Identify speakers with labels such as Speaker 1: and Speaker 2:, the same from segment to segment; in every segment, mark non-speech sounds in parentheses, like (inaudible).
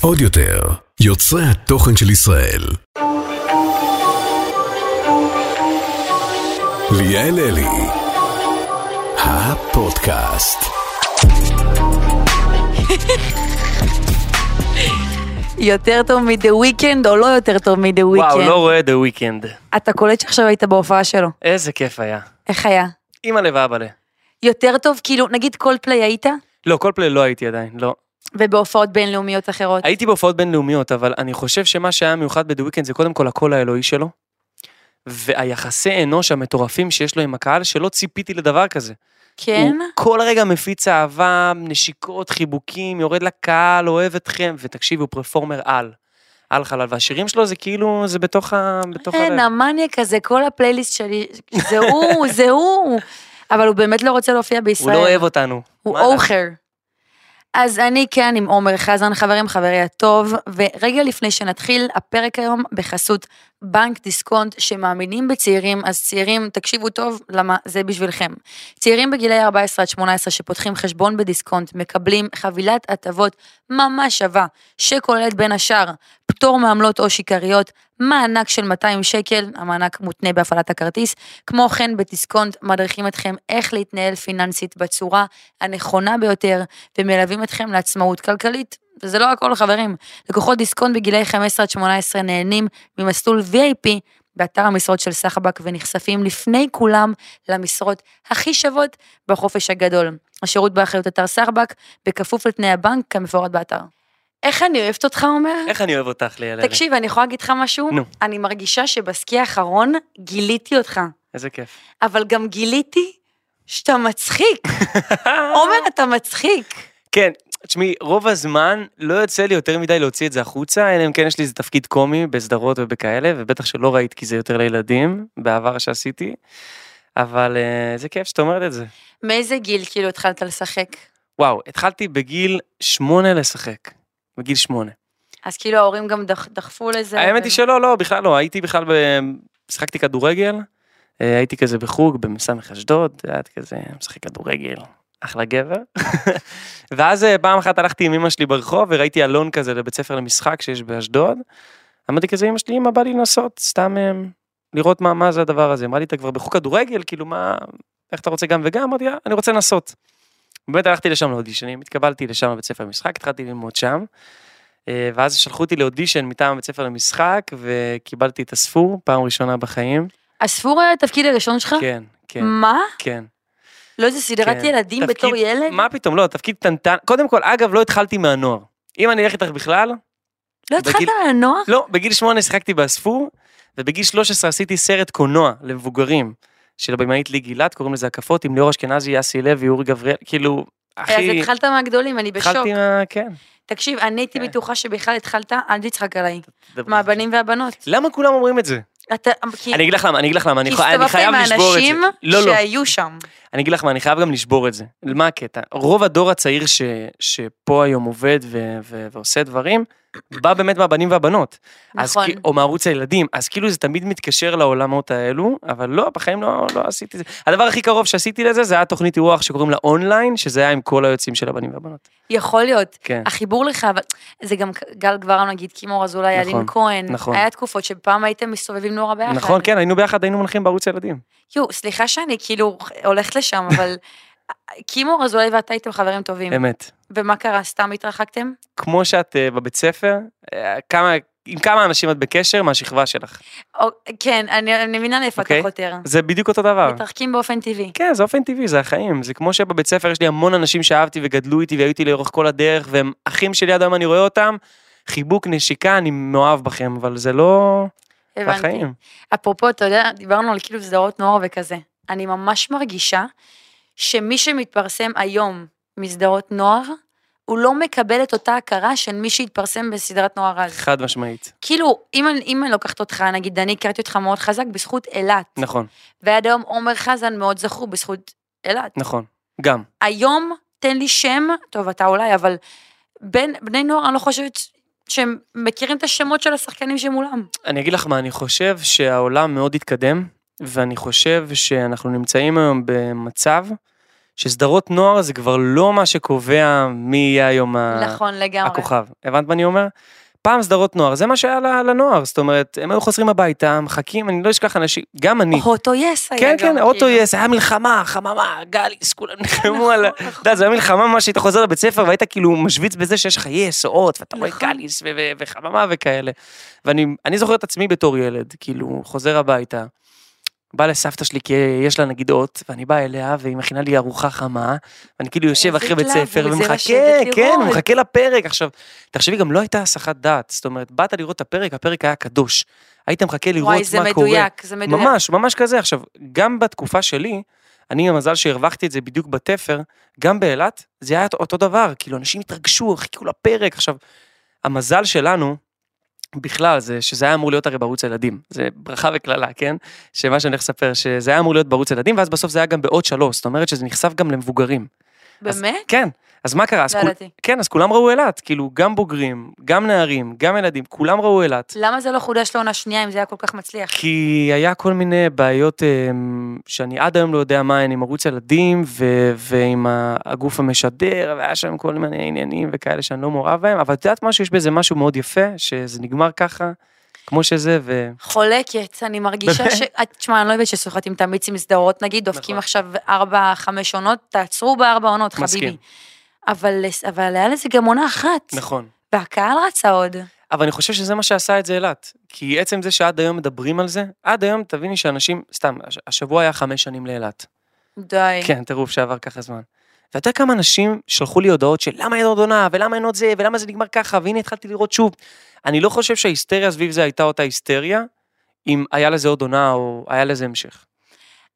Speaker 1: עוד יותר, יוצרי התוכן של ישראל. ליאל אלי, הפודקאסט.
Speaker 2: יותר טוב מ-The Weeknd או לא יותר טוב מ-The Weeknd?
Speaker 3: וואו, לא רואה The Weeknd.
Speaker 2: אתה קולט שעכשיו היית בהופעה שלו.
Speaker 3: איזה כיף היה.
Speaker 2: איך היה?
Speaker 3: אימא'לה ואבאלה.
Speaker 2: יותר טוב, כאילו, נגיד קולפליי היית?
Speaker 3: לא, כל פליי לא הייתי עדיין, לא.
Speaker 2: ובהופעות בינלאומיות אחרות.
Speaker 3: הייתי בהופעות בינלאומיות, אבל אני חושב שמה שהיה מיוחד ב-The Weeknd זה קודם כל הקול האלוהי שלו, והיחסי אנוש המטורפים שיש לו עם הקהל, שלא ציפיתי לדבר כזה.
Speaker 2: כן?
Speaker 3: הוא כל רגע מפיץ אהבה, נשיקות, חיבוקים, יורד לקהל, אוהב אתכם, ותקשיבי, הוא פרפורמר על. על חלל, והשירים שלו זה כאילו, זה בתוך ה... בתוך
Speaker 2: אין,
Speaker 3: הלב.
Speaker 2: המאניאק הזה, כל הפלייליסט שלי, זה הוא, זה הוא. אבל הוא באמת לא רוצה להופיע
Speaker 3: הוא
Speaker 2: בישראל.
Speaker 3: לא אוהב אותנו.
Speaker 2: הוא
Speaker 3: מה לך?
Speaker 2: אוכר. אז אני כאן עם עומר חזן, חברים, חברי הטוב, ורגע לפני שנתחיל, הפרק היום בחסות בנק דיסקונט, שמאמינים בצעירים, אז צעירים, תקשיבו טוב, למה זה בשבילכם. צעירים בגילי 14 עד 18 שפותחים חשבון בדיסקונט, מקבלים חבילת הטבות ממש שווה, שכוללת בין השאר פטור מעמלות או שיכריות, מענק של 200 שקל, המענק מותנה בהפעלת הכרטיס. כמו כן, בדיסקונט מדריכים אתכם איך להתנהל פיננסית בצורה הנכונה ביותר, ומלווים אתכם לעצמאות כלכלית. וזה לא הכל, חברים. לקוחות דיסקונט בגילי 15 עד 18 נהנים ממסלול VIP באתר המשרות של סחבק, ונחשפים לפני כולם למשרות הכי שוות בחופש הגדול. השירות באחריות אתר סחבק, בכפוף לתנאי הבנק כמפורט באתר. איך אני אוהבת אותך, אומר?
Speaker 3: איך אני אוהב אותך, ליאל. אלי.
Speaker 2: תקשיב, אני יכולה להגיד לך משהו?
Speaker 3: נו.
Speaker 2: אני מרגישה שבסקי האחרון גיליתי אותך,
Speaker 3: איזה כיף.
Speaker 2: אבל גם גיליתי שאתה
Speaker 3: (laughs)
Speaker 2: מצחיק. עומר, אתה מצחיק.
Speaker 3: כן, תשמעי, רוב הזמן לא יוצא לי יותר מדי להוציא את זה החוצה, אלא אם כן יש לי איזה תפקיד קומי בסדרות ובכאלה, ובטח שלא ראית כי זה יותר לילדים, בעבר שעשיתי, אבל אה, זה כיף שאת אומרת את זה.
Speaker 2: מאיזה גיל כאילו התחלת לשחק?
Speaker 3: וואו, התחלתי בגיל שמונה לשחק, בגיל שמונה.
Speaker 2: אז כאילו ההורים גם דח, דחפו לזה.
Speaker 3: האמת
Speaker 2: ו-
Speaker 3: היא שלא, לא, בכלל לא, הייתי בכלל, ב... שיחקתי כדורגל, אה, הייתי כזה בחוג במסמך אשדוד, את כזה, משחק כדורגל, אחלה גבר. (laughs) ואז אה, פעם אחת הלכתי עם אמא שלי ברחוב וראיתי אלון כזה לבית ספר למשחק שיש באשדוד. אמרתי כזה, אמא שלי, אמא בא לי לנסות, סתם אה, לראות מה, מה זה הדבר הזה. אמרה לי, אתה כבר בחוג כדורגל, כאילו מה, איך אתה רוצה גם וגם? אמרתי, "אה, אני רוצה לנסות. באמת הלכתי לשם לאודישנים, התקבלתי לשם לבית ספר למשחק, התחלתי ללמוד שם. אה, ואז שלחו אותי לאודישן מטעם בית ספר למשחק, וקיבלתי את הספור, פעם ראשונה בחיים.
Speaker 2: הספור היה התפקיד הראשון שלך?
Speaker 3: כן, כן,
Speaker 2: אה? מה?
Speaker 3: כן.
Speaker 2: לא, זה סדרת
Speaker 3: כן.
Speaker 2: ילדים
Speaker 3: תפקיד-
Speaker 2: בתור ילד?
Speaker 3: מה פתאום, לא, תפקיד קטנטן. קודם כל, אגב, לא התחלתי מהנוער. אם אני אלך איתך בכלל,
Speaker 2: לא התחלת
Speaker 3: בגיל-
Speaker 2: לנוח?
Speaker 3: לא, בגיל שמונה שיחקתי באספור, ובגיל 13 עשיתי סרט קולנוע למבוגרים, של הבמאית לי גילת, קוראים לזה הקפות, עם ליאור אשכנזי, אסי לוי, אורי גבריאל, כאילו,
Speaker 2: אז
Speaker 3: הכי...
Speaker 2: התחלת מהגדולים, אני בשוק.
Speaker 3: התחלתי מה... כן.
Speaker 2: תקשיב, אני הייתי
Speaker 3: כן.
Speaker 2: בטוחה שבכלל התחלת, אל תצחק עליי.
Speaker 3: דבר.
Speaker 2: מהבנים והבנות.
Speaker 3: למה כולם אומרים את זה?
Speaker 2: אתה, כי
Speaker 3: לא. אני אגיד לך למה, אני אגיד לך למה, אני
Speaker 2: כי
Speaker 3: חי- אני חייב לשבור את זה.
Speaker 2: עם
Speaker 3: לא,
Speaker 2: האנשים
Speaker 3: לא,
Speaker 2: שהיו שם.
Speaker 3: אני אגיד לך מה, אני חייב גם לשבור את זה. מה הקטע? רוב הדור הצעיר ש, שפה היום עובד ו, ו, ועושה דברים, בא באמת מהבנים והבנות. אז
Speaker 2: נכון.
Speaker 3: כי- או מערוץ הילדים. אז כאילו זה תמיד מתקשר לעולמות האלו, אבל לא, בחיים לא, לא עשיתי את זה. הדבר הכי קרוב שעשיתי לזה, זה היה תוכנית אירוח שקוראים לה אונליין, שזה היה עם כל היוצאים של הבנים והבנות.
Speaker 2: יכול להיות.
Speaker 3: כן.
Speaker 2: החיבור לך, אבל זה גם גל גברם, נגיד, קימור אזולאי,
Speaker 3: נכון,
Speaker 2: אלין כהן.
Speaker 3: נכון.
Speaker 2: היה תקופות שפעם הייתם מסתובבים נורא ביחד.
Speaker 3: נכון, כן, היינו ביחד, היינו מונחים בערוץ הילדים.
Speaker 2: יואו, סליחה שאני כאילו הולכת לשם, אבל (laughs) קימור אזולאי ואתה הייתם חברים טובים.
Speaker 3: אמת.
Speaker 2: ומה קרה, סתם התרחקתם?
Speaker 3: כמו שאת אה, בבית ספר, אה, כמה, עם כמה אנשים את בקשר מהשכבה שלך.
Speaker 2: או, כן, אני אני מבינה לאיפה אתה
Speaker 3: אוקיי.
Speaker 2: חותר.
Speaker 3: זה בדיוק אותו דבר.
Speaker 2: מתרחקים באופן טבעי.
Speaker 3: כן, זה אופן טבעי, זה החיים. זה כמו שבבית ספר יש לי המון אנשים שאהבתי וגדלו איתי והיו איתי לאורך כל הדרך, והם אחים שלי עד היום אני רואה אותם. חיבוק, נשיקה, אני מאוהב בכם, אבל זה לא
Speaker 2: הבנתי.
Speaker 3: החיים.
Speaker 2: אפרופו, אתה יודע, דיברנו על כאילו סדרות נוער וכזה. אני ממש מרגישה שמי שמתפרסם היום מסדרות נוער, הוא לא מקבל את אותה הכרה של מי שהתפרסם בסדרת נוער אז.
Speaker 3: חד משמעית.
Speaker 2: כאילו, אם, אני- אם אני לוקחת אותך, נגיד, אני הכרתי אותך מאוד חזק בזכות אילת.
Speaker 3: נכון,
Speaker 2: ועד היום עומר חזן מאוד זכור בזכות אילת.
Speaker 3: נכון. גם.
Speaker 2: היום, תן לי שם, טוב, אתה אולי, אבל בין, בני נוער, אני לא חושבת ש- שהם מכירים את השמות של השחקנים שמולם.
Speaker 3: אני אגיד לך מה, אני חושב שהעולם מאוד התקדם, ואני חושב שאנחנו נמצאים היום במצב שסדרות נוער זה כבר לא מה שקובע מי יהיה היום ה-
Speaker 2: נכון, לגמרי.
Speaker 3: הכוכב. הבנת מה אני אומר? פעם סדרות נוער, זה מה שהיה ל- לנוער, זאת אומרת, הם היו חוזרים הביתה, מחכים, אני לא אשכח אנשים, גם אני.
Speaker 2: אוטו יס היה
Speaker 3: כן,
Speaker 2: גם.
Speaker 3: כן, אוטו
Speaker 2: כאילו.
Speaker 3: יס, היה מלחמה, חממה, גליס, כולם נלחמו
Speaker 2: נכון,
Speaker 3: על ה... אתה
Speaker 2: נכון.
Speaker 3: יודע, זה היה מלחמה ממש, היית חוזר לבית ספר והיית כאילו משוויץ בזה שיש לך יס, אורות, ואתה רואה
Speaker 2: נכון.
Speaker 3: גליס ו- ו- וחממה וכאלה. ואני אני זוכר את עצמי בתור ילד, כאילו, חוזר הביתה, בא לסבתא שלי כי יש לה נגיד אות, ואני בא אליה והיא מכינה לי ארוחה חמה, ואני כאילו יושב
Speaker 2: איזה
Speaker 3: אחרי בית
Speaker 2: התלהבות,
Speaker 3: ספר
Speaker 2: זה
Speaker 3: ומחכה,
Speaker 2: לשבת
Speaker 3: כן,
Speaker 2: לראות.
Speaker 3: מחכה לפרק. עכשיו, תחשבי, גם לא הייתה הסחת דעת, זאת אומרת, באת לראות את הפרק, הפרק היה קדוש. היית מחכה לראות
Speaker 2: וואי, זה
Speaker 3: מה קורה.
Speaker 2: מדויק, זה מדויק.
Speaker 3: ממש, ממש כזה. עכשיו, גם בתקופה שלי, אני המזל שהרווחתי את זה בדיוק בתפר, גם באילת, זה היה אותו דבר, כאילו, אנשים התרגשו, חיכו לפרק. עכשיו, המזל שלנו, בכלל, זה שזה היה אמור להיות הרי בערוץ הילדים. זה ברכה וקללה, כן? שמה שאני הולך לספר, שזה היה אמור להיות בערוץ הילדים, ואז בסוף זה היה גם בעוד שלוש, זאת אומרת שזה נחשף גם למבוגרים. אז-
Speaker 2: באמת?
Speaker 3: כן. אז מה קרה? אז,
Speaker 2: לא
Speaker 3: כול-
Speaker 2: ידעתי.
Speaker 3: כן, אז כולם ראו אילת, כאילו, גם בוגרים, גם נערים, גם ילדים, כולם ראו אילת.
Speaker 2: למה זה לא חודש לעונה שנייה אם זה היה כל כך מצליח?
Speaker 3: כי היה כל מיני בעיות אמ, שאני עד היום לא יודע מה הן עם ערוץ ילדים ו- ועם ה- הגוף המשדר, והיה שם כל מיני עניינים וכאלה שאני לא מעורב בהם, אבל את יודעת משהו, יש בזה משהו מאוד יפה, שזה נגמר ככה, כמו שזה, ו...
Speaker 2: חולקת, אני מרגישה ש... את- תשמע, אני לא יודעת שסוחט עם תמיץ עם סדרות, נגיד, דופקים
Speaker 3: נכון.
Speaker 2: עכשיו ארבע, חמש עונות, תעצרו בארבע עונות,
Speaker 3: מסכים.
Speaker 2: חביבי. אבל אבל היה לזה גם עונה אחת.
Speaker 3: נכון.
Speaker 2: והקהל רצה עוד.
Speaker 3: אבל אני חושב שזה מה שעשה את זה אילת. כי עצם זה שעד היום מדברים על זה, עד היום תביני שאנשים, סתם, הש- השבוע היה חמש שנים לאילת.
Speaker 2: די.
Speaker 3: כן, טירוף שעבר ככה זמן. ואתה יודע כמה אנשים שלחו לי הודעות של למה אין עוד עונה, ולמה אין עוד זה, ולמה זה נגמר ככה, והנה התחלתי לראות שוב. אני לא חושב שההיסטריה סביב זה הייתה אותה היסטריה, אם היה לזה עוד עונה או היה לזה המשך.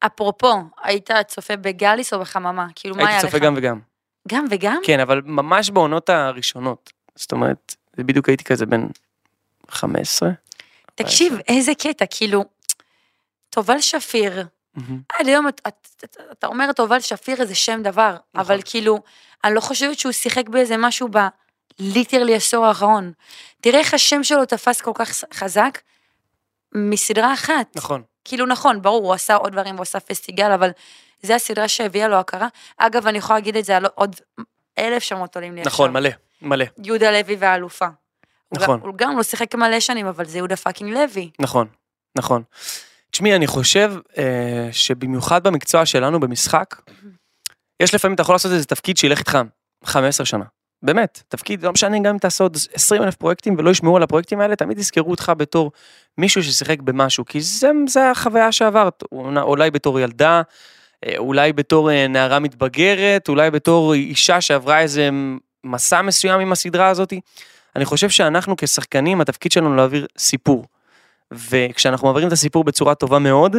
Speaker 2: אפרופו, היית צופה בגליס או בחממה? כאילו, מה היה
Speaker 3: הייתי
Speaker 2: לך?
Speaker 3: צופה גם וגם.
Speaker 2: גם וגם?
Speaker 3: כן, אבל ממש בעונות הראשונות. זאת אומרת, זה בדיוק הייתי כזה בן 15.
Speaker 2: תקשיב, איזה קטע, כאילו, תובל שפיר,
Speaker 3: מהמם.
Speaker 2: עד היום את- את- את- אתה אומר תובל שפיר איזה שם דבר,
Speaker 3: נכון.
Speaker 2: אבל כאילו, אני לא חושבת שהוא שיחק באיזה משהו בליטרלי עשור האחרון. תראה איך השם שלו תפס כל כך חזק מסדרה אחת.
Speaker 3: נכון.
Speaker 2: כאילו נכון, ברור, הוא עשה עוד דברים, הוא עשה פסטיגל, אבל זו הסדרה שהביאה לו הכרה. אגב, אני יכולה להגיד את זה על עוד אלף שמות עולים לי
Speaker 3: נכון, מלא, מלא.
Speaker 2: יהודה לוי והאלופה. הוא גם-
Speaker 3: נכון.
Speaker 2: הוא גם לא שיחק מלא שנים, אבל זה יהודה פאקינג לוי.
Speaker 3: נכון, נכון. תשמעי, אני חושב אה, שבמיוחד במקצוע שלנו, במשחק, יש לפעמים, אתה יכול לעשות איזה תפקיד שילך איתך 15 שנה. באמת, תפקיד, לא משנה גם אם תעשה עוד 20 אלף פרויקטים ולא ישמעו על הפרויקטים האלה, תמיד יזכרו אותך בתור מישהו ששיחק במשהו, כי זה, זה החוויה שעברת, אולי בתור ילדה, אה, אולי בתור אה, נערה מתבגרת, אולי בתור אישה שעברה איזה מסע מסוים עם הסדרה הזאת. אני חושב שאנחנו כשחקנים, התפקיד שלנו להעביר סיפור. וכשאנחנו מעבירים את הסיפור בצורה טובה מאוד,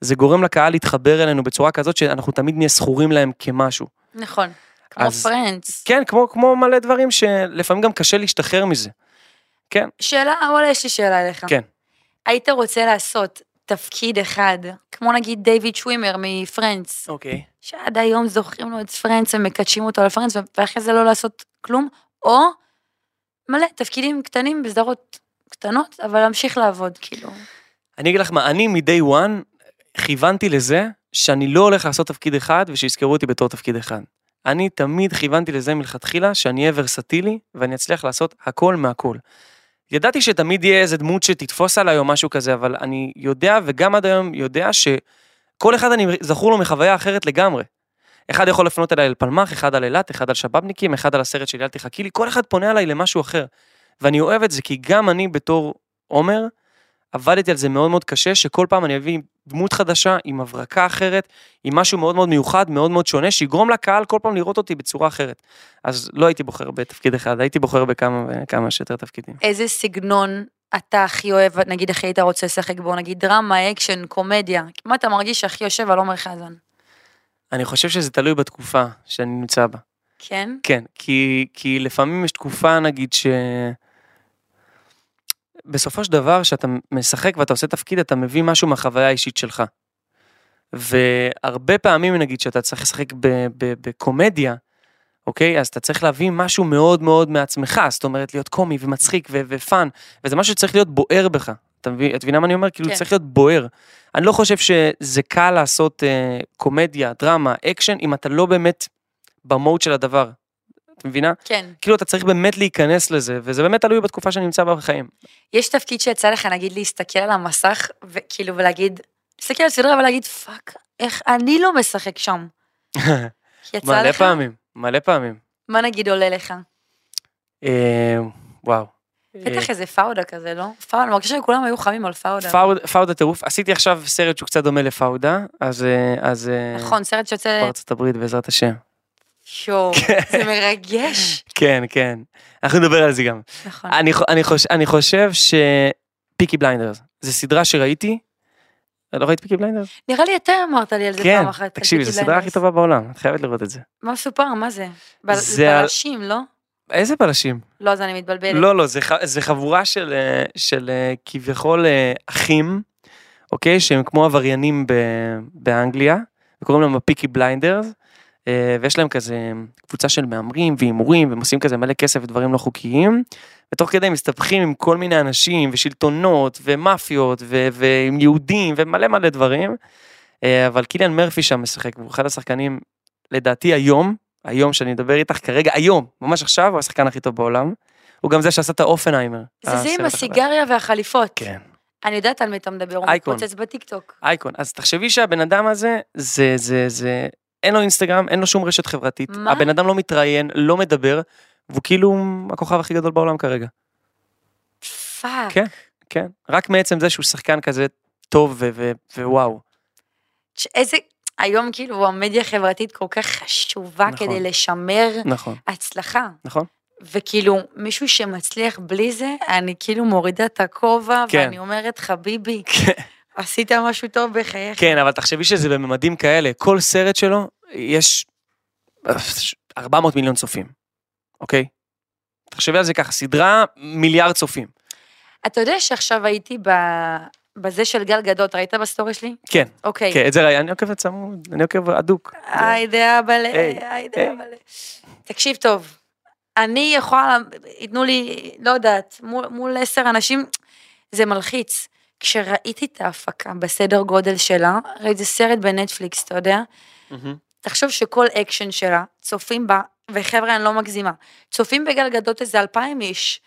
Speaker 3: זה גורם לקהל להתחבר אלינו בצורה כזאת שאנחנו תמיד נהיה זכורים להם כמשהו.
Speaker 2: נכון. כמו
Speaker 3: אז-
Speaker 2: פרנדס.
Speaker 3: כן, כמו, כמו מלא דברים שלפעמים גם קשה להשתחרר מזה.
Speaker 2: שאלה, וואלה, יש לי שאלה אליך.
Speaker 3: כן.
Speaker 2: היית רוצה לעשות תפקיד אחד, כמו נגיד דיוויד שווימר מפרנדס,
Speaker 3: אוקיי.
Speaker 2: שעד היום זוכרים לו את פרנדס ומקדשים אותו על פרנדס, ואחרי זה לא לעשות כלום, או מלא תפקידים קטנים בסדרות קטנות, אבל להמשיך לעבוד, כאילו.
Speaker 3: אני אגיד לך מה, אני מ-day one כיוונתי לזה שאני לא הולך לעשות תפקיד אחד ושיזכרו אותי בתור תפקיד אחד. אני תמיד כיוונתי לזה מלכתחילה שאני אהיה ורסטילי ואני אצליח לעשות הכל מהכל. ידעתי שתמיד יהיה איזה דמות שתתפוס עליי או משהו כזה, אבל אני יודע וגם עד היום יודע שכל אחד אני זכור לו מחוויה אחרת לגמרי. אחד יכול לפנות אליי אל פלמח, אחד על אילת, אחד על שבאבניקים, אחד על הסרט שלי אל תחכי לי, כל אחד פונה אליי למשהו אחר. ואני אוהב את זה כי גם אני בתור עומר, עבדתי על זה מאוד מאוד קשה, שכל פעם אני אביא דמות חדשה, עם הברקה אחרת, עם משהו מאוד מאוד מיוחד, מאוד מאוד שונה, שיגרום לקהל כל פעם לראות אותי בצורה אחרת. אז לא הייתי בוחר בתפקיד אחד, הייתי בוחר בכמה, כמה שיותר תפקידים.
Speaker 2: איזה סגנון אתה הכי אוהב, נגיד הכי היית רוצה לשחק בו, נגיד דרמה, אקשן, קומדיה, מה אתה מרגיש שהכי יושב על עומר חזן?
Speaker 3: אני חושב שזה תלוי בתקופה שאני נמצא בה.
Speaker 2: כן?
Speaker 3: כן, כי, כי לפעמים יש תקופה, נגיד, ש... בסופו של דבר, כשאתה משחק ואתה עושה תפקיד, אתה מביא משהו מהחוויה האישית שלך. והרבה פעמים, נגיד, שאתה צריך לשחק ב- ב- בקומדיה, אוקיי? אז אתה צריך להביא משהו מאוד מאוד מעצמך, זאת אומרת, להיות קומי ומצחיק ו- ופאן, וזה משהו שצריך להיות בוער בך. אתה- אתה מבין- את מבינה מה אני אומר? כאילו
Speaker 2: כן.
Speaker 3: צריך להיות בוער. אני לא חושב שזה קל לעשות אה, קומדיה, דרמה, אקשן, אם אתה לא באמת במוד של הדבר. את מבינה?
Speaker 2: כן.
Speaker 3: כאילו אתה צריך באמת להיכנס לזה, וזה באמת תלוי בתקופה שאני נמצא בה בחיים.
Speaker 2: יש תפקיד שיצא לך, נגיד, להסתכל על המסך, וכאילו, ולהגיד, להסתכל על סדרה ולהגיד, פאק, איך אני לא משחק
Speaker 3: (laughs)
Speaker 2: שם. יצא
Speaker 3: מלא
Speaker 2: לך?
Speaker 3: פעמים, מלא פעמים.
Speaker 2: מה נגיד עולה לך?
Speaker 3: אה, וואו. אה,
Speaker 2: בטח איזה פאודה כזה, לא? פאודה, אני מרגישה שכולם היו חמים על פאודה.
Speaker 3: פאוד- פאודה טירוף, עשיתי עכשיו סרט שהוא קצת דומה לפאודה, אז... אה, אז אה,
Speaker 2: נכון, סרט שיוצא...
Speaker 3: בארצות הברית בעזרת השם. (laughs)
Speaker 2: שואו, זה מרגש.
Speaker 3: כן, כן. אנחנו נדבר על זה גם.
Speaker 2: נכון.
Speaker 3: אני, חו- אני, חוש, אני חושב שפיקי בליינדרס, זו סדרה שראיתי. לא ראית פיקי בליינדרס?
Speaker 2: נראה לי אתה אמרת לי על זה
Speaker 3: כן,
Speaker 2: פעם אחת.
Speaker 3: תקשיבי,
Speaker 2: תגיד
Speaker 3: זו
Speaker 2: לי,
Speaker 3: סדרה
Speaker 2: אני-
Speaker 3: הכי טובה בעולם, את חייבת לראות את זה.
Speaker 2: מה מסופר, מה זה? בל-
Speaker 3: זה
Speaker 2: זה
Speaker 3: על-
Speaker 2: בלשים, לא?
Speaker 3: איזה בלשים?
Speaker 2: לא, אז אני מתבלבלת.
Speaker 3: לא, לא, זה, ח- זה חבורה של, אה, של אה, כביכול אה, אחים, אוקיי? שהם כמו עבריינים ב, באנגליה, וקוראים להם הפיקי בליינדרס, אה, ויש להם כזה קבוצה של מהמרים והימורים, והם עושים כזה מלא כסף ודברים לא חוקיים, ותוך כדי הם מסתבכים עם כל מיני אנשים, ושלטונות, ומאפיות, ו, ועם יהודים, ומלא מלא דברים, אה, אבל קיליאן מרפי שם משחק, והוא אחד השחקנים, לדעתי היום, היום שאני מדבר איתך כרגע, היום, ממש עכשיו, הוא השחקן הכי טוב בעולם. הוא גם זה שעשה את האופנהיימר. אה,
Speaker 2: זה זה
Speaker 3: הסרט
Speaker 2: עם
Speaker 3: החדש.
Speaker 2: הסיגריה והחליפות.
Speaker 3: כן.
Speaker 2: אני יודעת על מי אתה מדבר, הוא
Speaker 3: אייקון.
Speaker 2: מתפוצץ בטיקטוק.
Speaker 3: אייקון. אז תחשבי שהבן אדם הזה, זה, זה, זה, אין לו אינסטגרם, אין לו שום רשת חברתית.
Speaker 2: מה?
Speaker 3: הבן אדם לא מתראיין, לא מדבר, והוא כאילו הכוכב הכי גדול בעולם כרגע.
Speaker 2: פאק.
Speaker 3: כן. כן. רק מעצם זה שהוא שחקן כזה טוב ו- ו- ווואו.
Speaker 2: ש- איזה... היום כאילו המדיה החברתית כל כך חשובה
Speaker 3: נכון.
Speaker 2: כדי לשמר
Speaker 3: נכון,
Speaker 2: הצלחה.
Speaker 3: נכון?
Speaker 2: וכאילו, מישהו שמצליח בלי זה, אני כאילו מורידה את הכובע,
Speaker 3: כן.
Speaker 2: ואני אומרת,
Speaker 3: (laughs)
Speaker 2: חביבי, עשית משהו טוב בחייך.
Speaker 3: כן, אבל תחשבי שזה בממדים כאלה. כל סרט שלו, יש 400 מיליון צופים, אוקיי? תחשבי על זה ככה, סדרה מיליארד צופים. כן.
Speaker 2: אתה יודע שעכשיו הייתי ב... בזה של גל גדות, ראית בסטורי שלי?
Speaker 3: כן.
Speaker 2: אוקיי.
Speaker 3: כן, את זה ראי, אני עוקב צמוד, אני עוקב הדוק.
Speaker 2: אה, היידה אבאלה,
Speaker 3: היי, היי.
Speaker 2: היידה אבאלה. תקשיב טוב, אני יכולה, ייתנו לי, לא יודעת, מול, מול עשר אנשים, זה מלחיץ. כשראיתי את ההפקה בסדר גודל שלה, הרי זה סרט בנטפליקס, אתה יודע? תחשוב שכל אקשן שלה, צופים בה, וחבר'ה, אני לא מגזימה, צופים בגלגדות איזה אלפיים איש.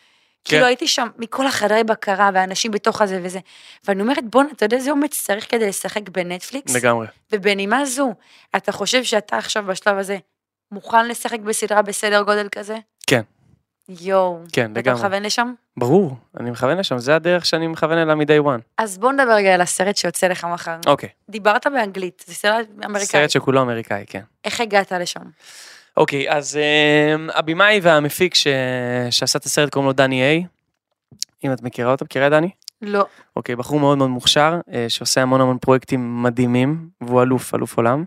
Speaker 3: כן.
Speaker 2: כאילו הייתי שם מכל החדרי בקרה, והאנשים בתוך הזה וזה. ואני אומרת, בואנה, אתה יודע איזה אומץ צריך כדי לשחק בנטפליקס?
Speaker 3: לגמרי.
Speaker 2: ובנימה זו, אתה חושב שאתה עכשיו בשלב הזה מוכן לשחק בסדרה בסדר גודל כזה?
Speaker 3: כן.
Speaker 2: יואו.
Speaker 3: כן,
Speaker 2: אתה
Speaker 3: לגמרי.
Speaker 2: מכוון לשם?
Speaker 3: ברור, אני מכוון לשם, זה הדרך שאני מכוון אליה מ-day one.
Speaker 2: אז בוא נדבר רגע על הסרט שיוצא לך מחר.
Speaker 3: אוקיי.
Speaker 2: דיברת באנגלית, זה סרט אמריקאי.
Speaker 3: סרט שכולו אמריקאי, כן.
Speaker 2: איך הגעת לשם?
Speaker 3: אוקיי, אז אמ, הבמאי והמפיק ש- שעשה את הסרט קוראים לו דני איי. אם את מכירה אותו, מכירה את דני?
Speaker 2: לא.
Speaker 3: אוקיי, בחור מאוד מאוד מוכשר, אה, שעושה המון המון פרויקטים מדהימים, והוא אלוף, אלוף עולם.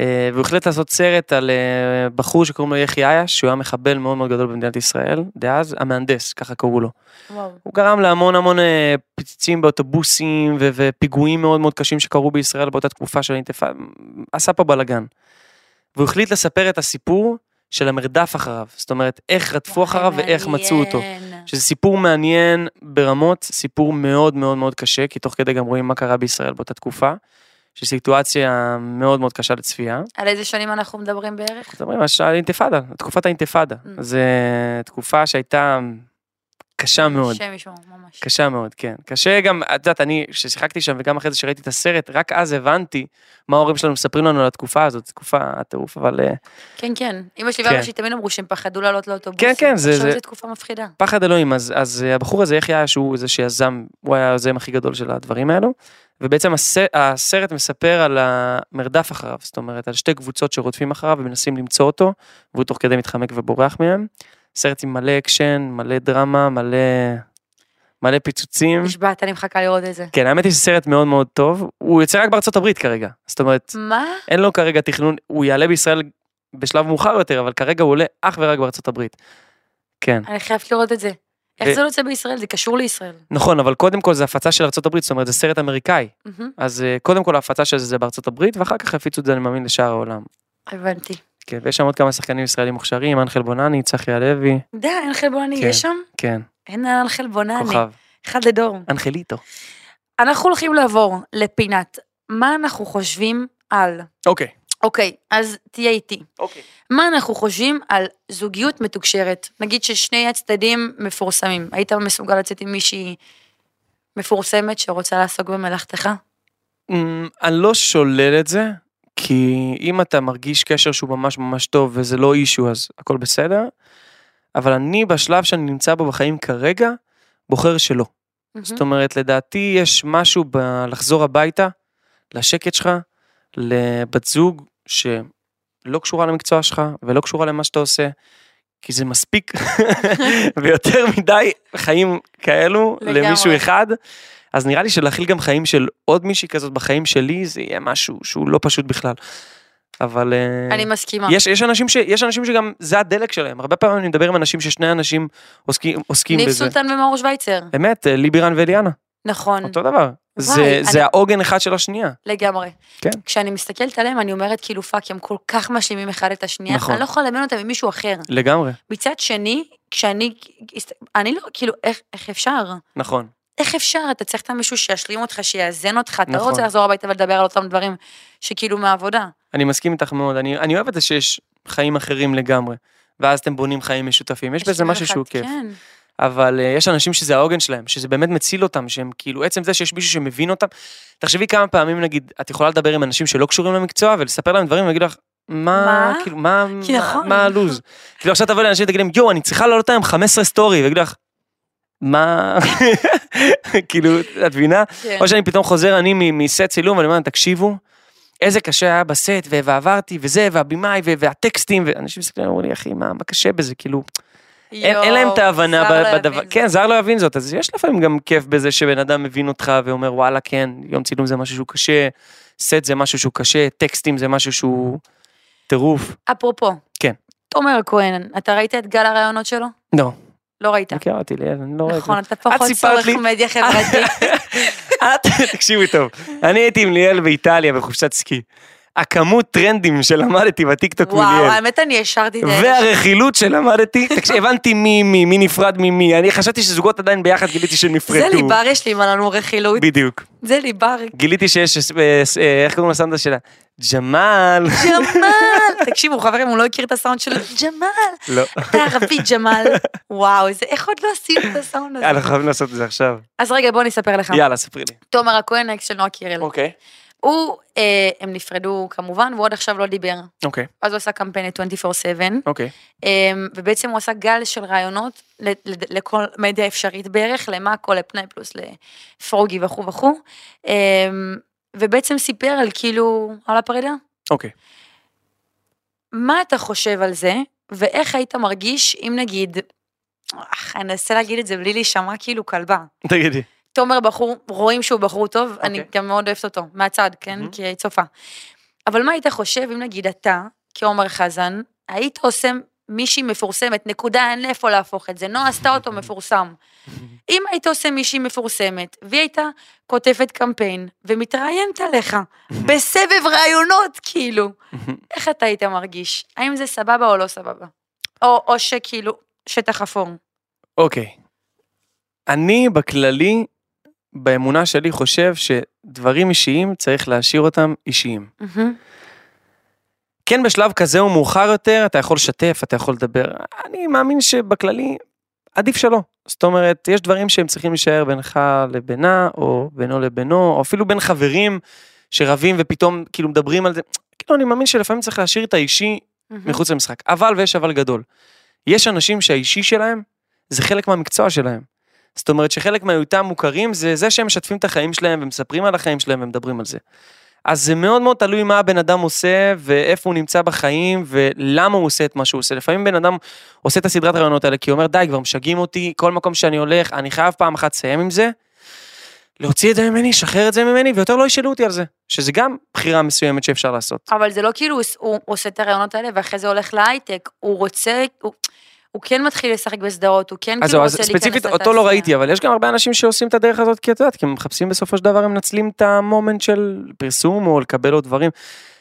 Speaker 3: אה, והוא החליט לעשות סרט על אה, בחור שקוראים לו יחי אייש, שהוא היה מחבל מאוד מאוד גדול במדינת ישראל, דאז המהנדס, ככה קראו לו.
Speaker 2: וואו.
Speaker 3: הוא גרם להמון המון אה, פיצוצים באוטובוסים ו- ופיגועים מאוד מאוד קשים שקרו בישראל באותה תקופה של האינתיפאדה, עשה פה בלאגן. והוא החליט לספר את הסיפור של המרדף אחריו, זאת אומרת, איך רדפו אחריו ואיך מצאו אותו.
Speaker 2: מעניין.
Speaker 3: שזה סיפור מעניין ברמות, סיפור מאוד מאוד מאוד קשה, כי תוך כדי גם רואים מה קרה בישראל באותה תקופה, שזו סיטואציה מאוד מאוד קשה לצפייה.
Speaker 2: על איזה שנים אנחנו מדברים בערך?
Speaker 3: אנחנו מדברים ממש על אינתיפאדה, תקופת האינתיפאדה.
Speaker 2: Mm.
Speaker 3: זו תקופה שהייתה קשה מאוד.
Speaker 2: שם ישמור, ממש.
Speaker 3: קשה מאוד, כן. קשה גם, את יודעת, אני, כששיחקתי שם וגם אחרי זה שראיתי את הסרט, רק אז הבנתי מה ההורים שלנו מספרים לנו על התקופה הזאת, תקופה הטירוף, אבל אה,
Speaker 2: כן, כן. אמא שלי
Speaker 3: כן.
Speaker 2: ואבא שלי תמיד אמרו שהם פחדו לעלות לאוטובוס.
Speaker 3: כן, כן, זה-
Speaker 2: עכשיו
Speaker 3: זה-
Speaker 2: זו תקופה מפחידה.
Speaker 3: פחד אלוהים, אז, אז אה, הבחור הזה, יחי היה שהוא זה שיזם, הוא היה היוזם הכי גדול של הדברים האלו, ובעצם הסרט, הסרט מספר על המרדף אחריו, זאת אומרת, על שתי קבוצות שרודפים אחריו ומנסים למצוא אותו, והוא תוך כדי מתחמק ובורח מהם. סרט עם מלא אקשן, מלא דרמה, מלא, מלא פיצוצים.
Speaker 2: נשבעת, אני מחכה לראות את זה.
Speaker 3: כן, האמת היא שסרט מאוד מאוד טוב, הוא יוצא רק בארצות הברית כרגע, זאת אומרת,
Speaker 2: מה?
Speaker 3: אין לו כרגע תכנון, הוא יעלה בישראל בשלב מאוחר יותר, אבל כרגע הוא עולה אך ורק בארצות הברית. כן,
Speaker 2: אני חייבת לראות את זה. איך
Speaker 3: ו-
Speaker 2: זה לא יוצא בישראל? זה קשור לישראל.
Speaker 3: נכון, אבל קודם כל זה הפצה של ארצות הברית, זאת אומרת, זה סרט אמריקאי,
Speaker 2: מהמם,
Speaker 3: אז אה, קודם כל ההפצה של זה זה בארצות הברית, ואחר כך יפיצו את זה, אני מאמין, לשאר העולם.
Speaker 2: הבנתי.
Speaker 3: כן, ויש שם עוד כמה שחקנים ישראלים מוכשרים, אנחל בונני, צחי הלוי,
Speaker 2: די, אנחל בונני
Speaker 3: כן.
Speaker 2: יש שם?
Speaker 3: כן,
Speaker 2: אין אנחל בונני.
Speaker 3: כוכב.
Speaker 2: אחד לדור.
Speaker 3: אנחליטו.
Speaker 2: אנחנו הולכים לעבור לפינת מה אנחנו חושבים על.
Speaker 3: אוקיי.
Speaker 2: אוקיי, אז תהיה איתי.
Speaker 3: אוקיי.
Speaker 2: מה אנחנו חושבים על זוגיות מתוקשרת? נגיד ששני הצדדים מפורסמים. היית מסוגל לצאת עם מישהי מפורסמת שרוצה לעסוק במלאכתך?
Speaker 3: אמ, אני לא שולל את זה, כי אם אתה מרגיש קשר שהוא ממש ממש טוב וזה לא אישו אז הכל בסדר, אבל אני בשלב שאני נמצא בו בחיים כרגע, בוחר שלא. זאת אומרת, לדעתי יש משהו בלחזור הביתה, לשקט שלך, לבת זוג שלא קשורה למקצוע שלך ולא קשורה למה שאתה עושה, כי זה מספיק (laughs) ויותר מדי חיים כאלו
Speaker 2: לגמרי.
Speaker 3: למישהו אחד. אז נראה לי שלהכיל גם חיים של עוד מישהי כזאת בחיים שלי, זה יהיה משהו שהוא לא פשוט בכלל. אבל... אה,
Speaker 2: אני מסכימה.
Speaker 3: יש, יש, אנשים ש, יש אנשים שגם זה הדלק שלהם, הרבה פעמים אני מדבר עם אנשים ששני אנשים עוסקים, עוסקים
Speaker 2: ניב
Speaker 3: בזה.
Speaker 2: סולטן ומאור שווייצר.
Speaker 3: אמת, אה, ליבירן ואליאנה.
Speaker 2: נכון,
Speaker 3: אותו דבר. זה,
Speaker 2: אני-
Speaker 3: זה העוגן אחד של השנייה.
Speaker 2: לגמרי.
Speaker 3: כן.
Speaker 2: כשאני מסתכלת עליהם, אני אומרת כאילו פאק, הם כל כך משלימים אחד את השנייה,
Speaker 3: נכון.
Speaker 2: אני לא יכולה לדמיין אותם עם מישהו אחר.
Speaker 3: לגמרי.
Speaker 2: מצד שני, כשאני, אני לא, כאילו, איך, איך אפשר?
Speaker 3: נכון.
Speaker 2: איך אפשר? אתה צריך את מישהו שישלים אותך, שיאזן אותך, אתה לא
Speaker 3: נכון.
Speaker 2: רוצה לחזור הביתה ולדבר על אותם דברים שכאילו מהעבודה.
Speaker 3: אני מסכים איתך מאוד. אני, אני אוהב את זה שיש חיים אחרים לגמרי. ואז אתם בונים חיים משותפים. יש בזה
Speaker 2: ישלים
Speaker 3: משהו
Speaker 2: לך,
Speaker 3: שהוא כיף.
Speaker 2: כן,
Speaker 3: אבל אה, יש אנשים שזה העוגן שלהם, שזה באמת מציל אותם, שהם כאילו, עצם זה שיש מישהו שמבין אותם. תחשבי כמה פעמים, נגיד, את יכולה לדבר עם אנשים שלא קשורים למקצוע ולספר להם דברים ולהגיד לך, מה,
Speaker 2: מה?
Speaker 3: כאילו, מה,
Speaker 2: כי
Speaker 3: מה-
Speaker 2: נכון.
Speaker 3: מה הלוז? כאילו, עכשיו תבוא לאנשים ותגיד להם, יואו, אני צריכה לעלות להם 15 סטורי, ויגידו לך, מה, (laughs) כאילו, את מבינה?
Speaker 2: כן.
Speaker 3: או שאני פתאום חוזר אני מ- מסט צילום ואני אומר להם, תקשיבו, איזה קשה היה בסט, ו- ועברתי, וזה, והבימאי, ו- והטקסטים, ואנשים מסתכלים, אומרים לי, אחי, מה, מה קשה בזה, כאילו, אין, אין להם את
Speaker 2: יואו,
Speaker 3: ההבנה
Speaker 2: זר
Speaker 3: ב-
Speaker 2: לא
Speaker 3: בדבר,
Speaker 2: יבין.
Speaker 3: כן, זר לא יבין זאת, אז יש לפעמים גם כיף בזה שבן אדם מבין אותך ואומר, וואלה, כן, יום צילום זה משהו שהוא קשה, סט זה משהו שהוא קשה, טקסטים זה משהו שהוא טירוף.
Speaker 2: אפרופו.
Speaker 3: כן.
Speaker 2: תומר כהן, אתה ראית את גל הרעיונות שלו?
Speaker 3: לא,
Speaker 2: לא ראית.
Speaker 3: מכירה אותי, ליאל, אני לא ראיתי.
Speaker 2: נכון, אתה פחות
Speaker 3: סיפרת
Speaker 2: צורך
Speaker 3: לי-
Speaker 2: מדיה חברתית.
Speaker 3: (laughs) את- (laughs) תקשיבי טוב, אני הייתי עם ליאל באיטליה בחופשת סקי. הכמות טרנדים שלמדתי בטיקטוק
Speaker 2: וואו,
Speaker 3: מליאל,
Speaker 2: האמת אני השארתי את זה.
Speaker 3: והרכילות שלמדתי, (laughs) תקשיב, הבנתי מי מי, מי נפרד ממי, אני חשבתי שזוגות עדיין ביחד, גיליתי שהם
Speaker 2: זה
Speaker 3: נפרדו.
Speaker 2: ליבר יש לי עם לנו רכילות,
Speaker 3: בדיוק.
Speaker 2: לא זה ליבר.
Speaker 3: גיליתי שיש, אה, אה, איך קוראים לסנדה שלה? ג'מאל.
Speaker 2: ג'מאל! תקשיבו חברים, הוא לא הכיר את הסאונד של ג'מאל,
Speaker 3: (laughs) לא,
Speaker 2: אתה ערבי ג'מאל. וואו, איזה- איך עוד לא עשינו את הסאונד הזה?
Speaker 3: אה, אנחנו חייבים לעשות את זה עכשיו.
Speaker 2: אז רגע, בוא אני אספר לך.
Speaker 3: יאללה, ספרי לי.
Speaker 2: תומר הכהן, האקס של נועה קירל.
Speaker 3: אוקיי.
Speaker 2: הוא, אה, הם נפרדו כמובן, והוא עד עכשיו לא דיבר.
Speaker 3: אוקיי,
Speaker 2: אז הוא עשה קמפיין את 24/7,
Speaker 3: אוקיי.
Speaker 2: אה, ובעצם הוא עשה גל של רעיונות ל- ל- לכל מדיה אפשרית בערך, למאקו, לפנאי פלוס, לפרוגי וכו' וכו', אה, ובעצם סיפר על כאילו, על הפרידה.
Speaker 3: אוקיי.
Speaker 2: מה אתה חושב על זה, ואיך היית מרגיש אם נגיד, אך, אני אנסה להגיד את זה בלי להישמע כאילו כלבה.
Speaker 3: תגידי.
Speaker 2: תומר בחור, רואים שהוא בחור טוב, okay. אני
Speaker 3: אוקיי.
Speaker 2: גם מאוד אוהבת אותו, מהצד, כן?
Speaker 3: מהמם.
Speaker 2: Mm-hmm. כי היא צופה. אבל מה היית חושב אם נגיד אתה, כעומר חזן, היית עושה מישהי מפורסמת, נקודה, אין לאיפה להפוך את זה, נועה עשתה אותו
Speaker 3: (laughs)
Speaker 2: מפורסם. אם היית עושה מישהי מפורסמת, והיא הייתה כותבת קמפיין, ומתראיינת
Speaker 3: (laughs)
Speaker 2: עליך, בסבב ראיונות, כאילו, איך אתה היית מרגיש? האם זה סבבה או לא סבבה? או, או שכאילו, שטח אפור.
Speaker 3: (laughs) אוקיי. אני בכללי, באמונה שלי, חושב שדברים אישיים צריך להשאיר אותם אישיים.
Speaker 2: מהמם.
Speaker 3: כן, בשלב כזה או מאוחר יותר, אתה יכול לשתף, אתה יכול לדבר. אני מאמין שבכללי, עדיף שלא. זאת אומרת, יש דברים שהם צריכים להישאר בינך לבינה, או בינו לבינו, או אפילו בין חברים שרבים ופתאום כאילו מדברים על זה. כאילו, אני מאמין שלפעמים צריך להשאיר את האישי
Speaker 2: מהמם.
Speaker 3: מחוץ למשחק. אבל ויש אבל גדול. יש אנשים שהאישי שלהם זה חלק מהמקצוע שלהם. זאת אומרת שחלק מהיותם מוכרים זה זה שהם משתפים את החיים שלהם ומספרים על החיים שלהם ומדברים על זה. אז זה מאוד מאוד תלוי מה הבן אדם עושה ואיפה הוא נמצא בחיים ולמה הוא עושה את מה שהוא עושה. לפעמים בן אדם עושה את הסדרת הרעיונות האלה כי הוא אומר די כבר משגעים אותי כל מקום שאני הולך אני חייב פעם אחת לסיים עם זה. להוציא את זה ממני, לשחרר את זה ממני ויותר לא ישאלו אותי על זה. שזה גם בחירה מסוימת שאפשר לעשות.
Speaker 2: אבל זה לא כאילו הוא עוש- הוא עושה את הרעיונות האלה ואחרי זה הולך להייטק, הוא רוצה, הוא, הוא כן מתחיל לשחק בסדרות, הוא כן
Speaker 3: אז
Speaker 2: כאילו
Speaker 3: זהו,
Speaker 2: רוצה
Speaker 3: אז
Speaker 2: להיכנס לתעשייה.
Speaker 3: ספציפית אותו לא ראיתי, אבל יש גם הרבה אנשים שעושים את הדרך הזאת, כי את יודעת, כי הם מחפשים בסופו של דבר, הם מנצלים את המומנט של פרסום או לקבל עוד דברים.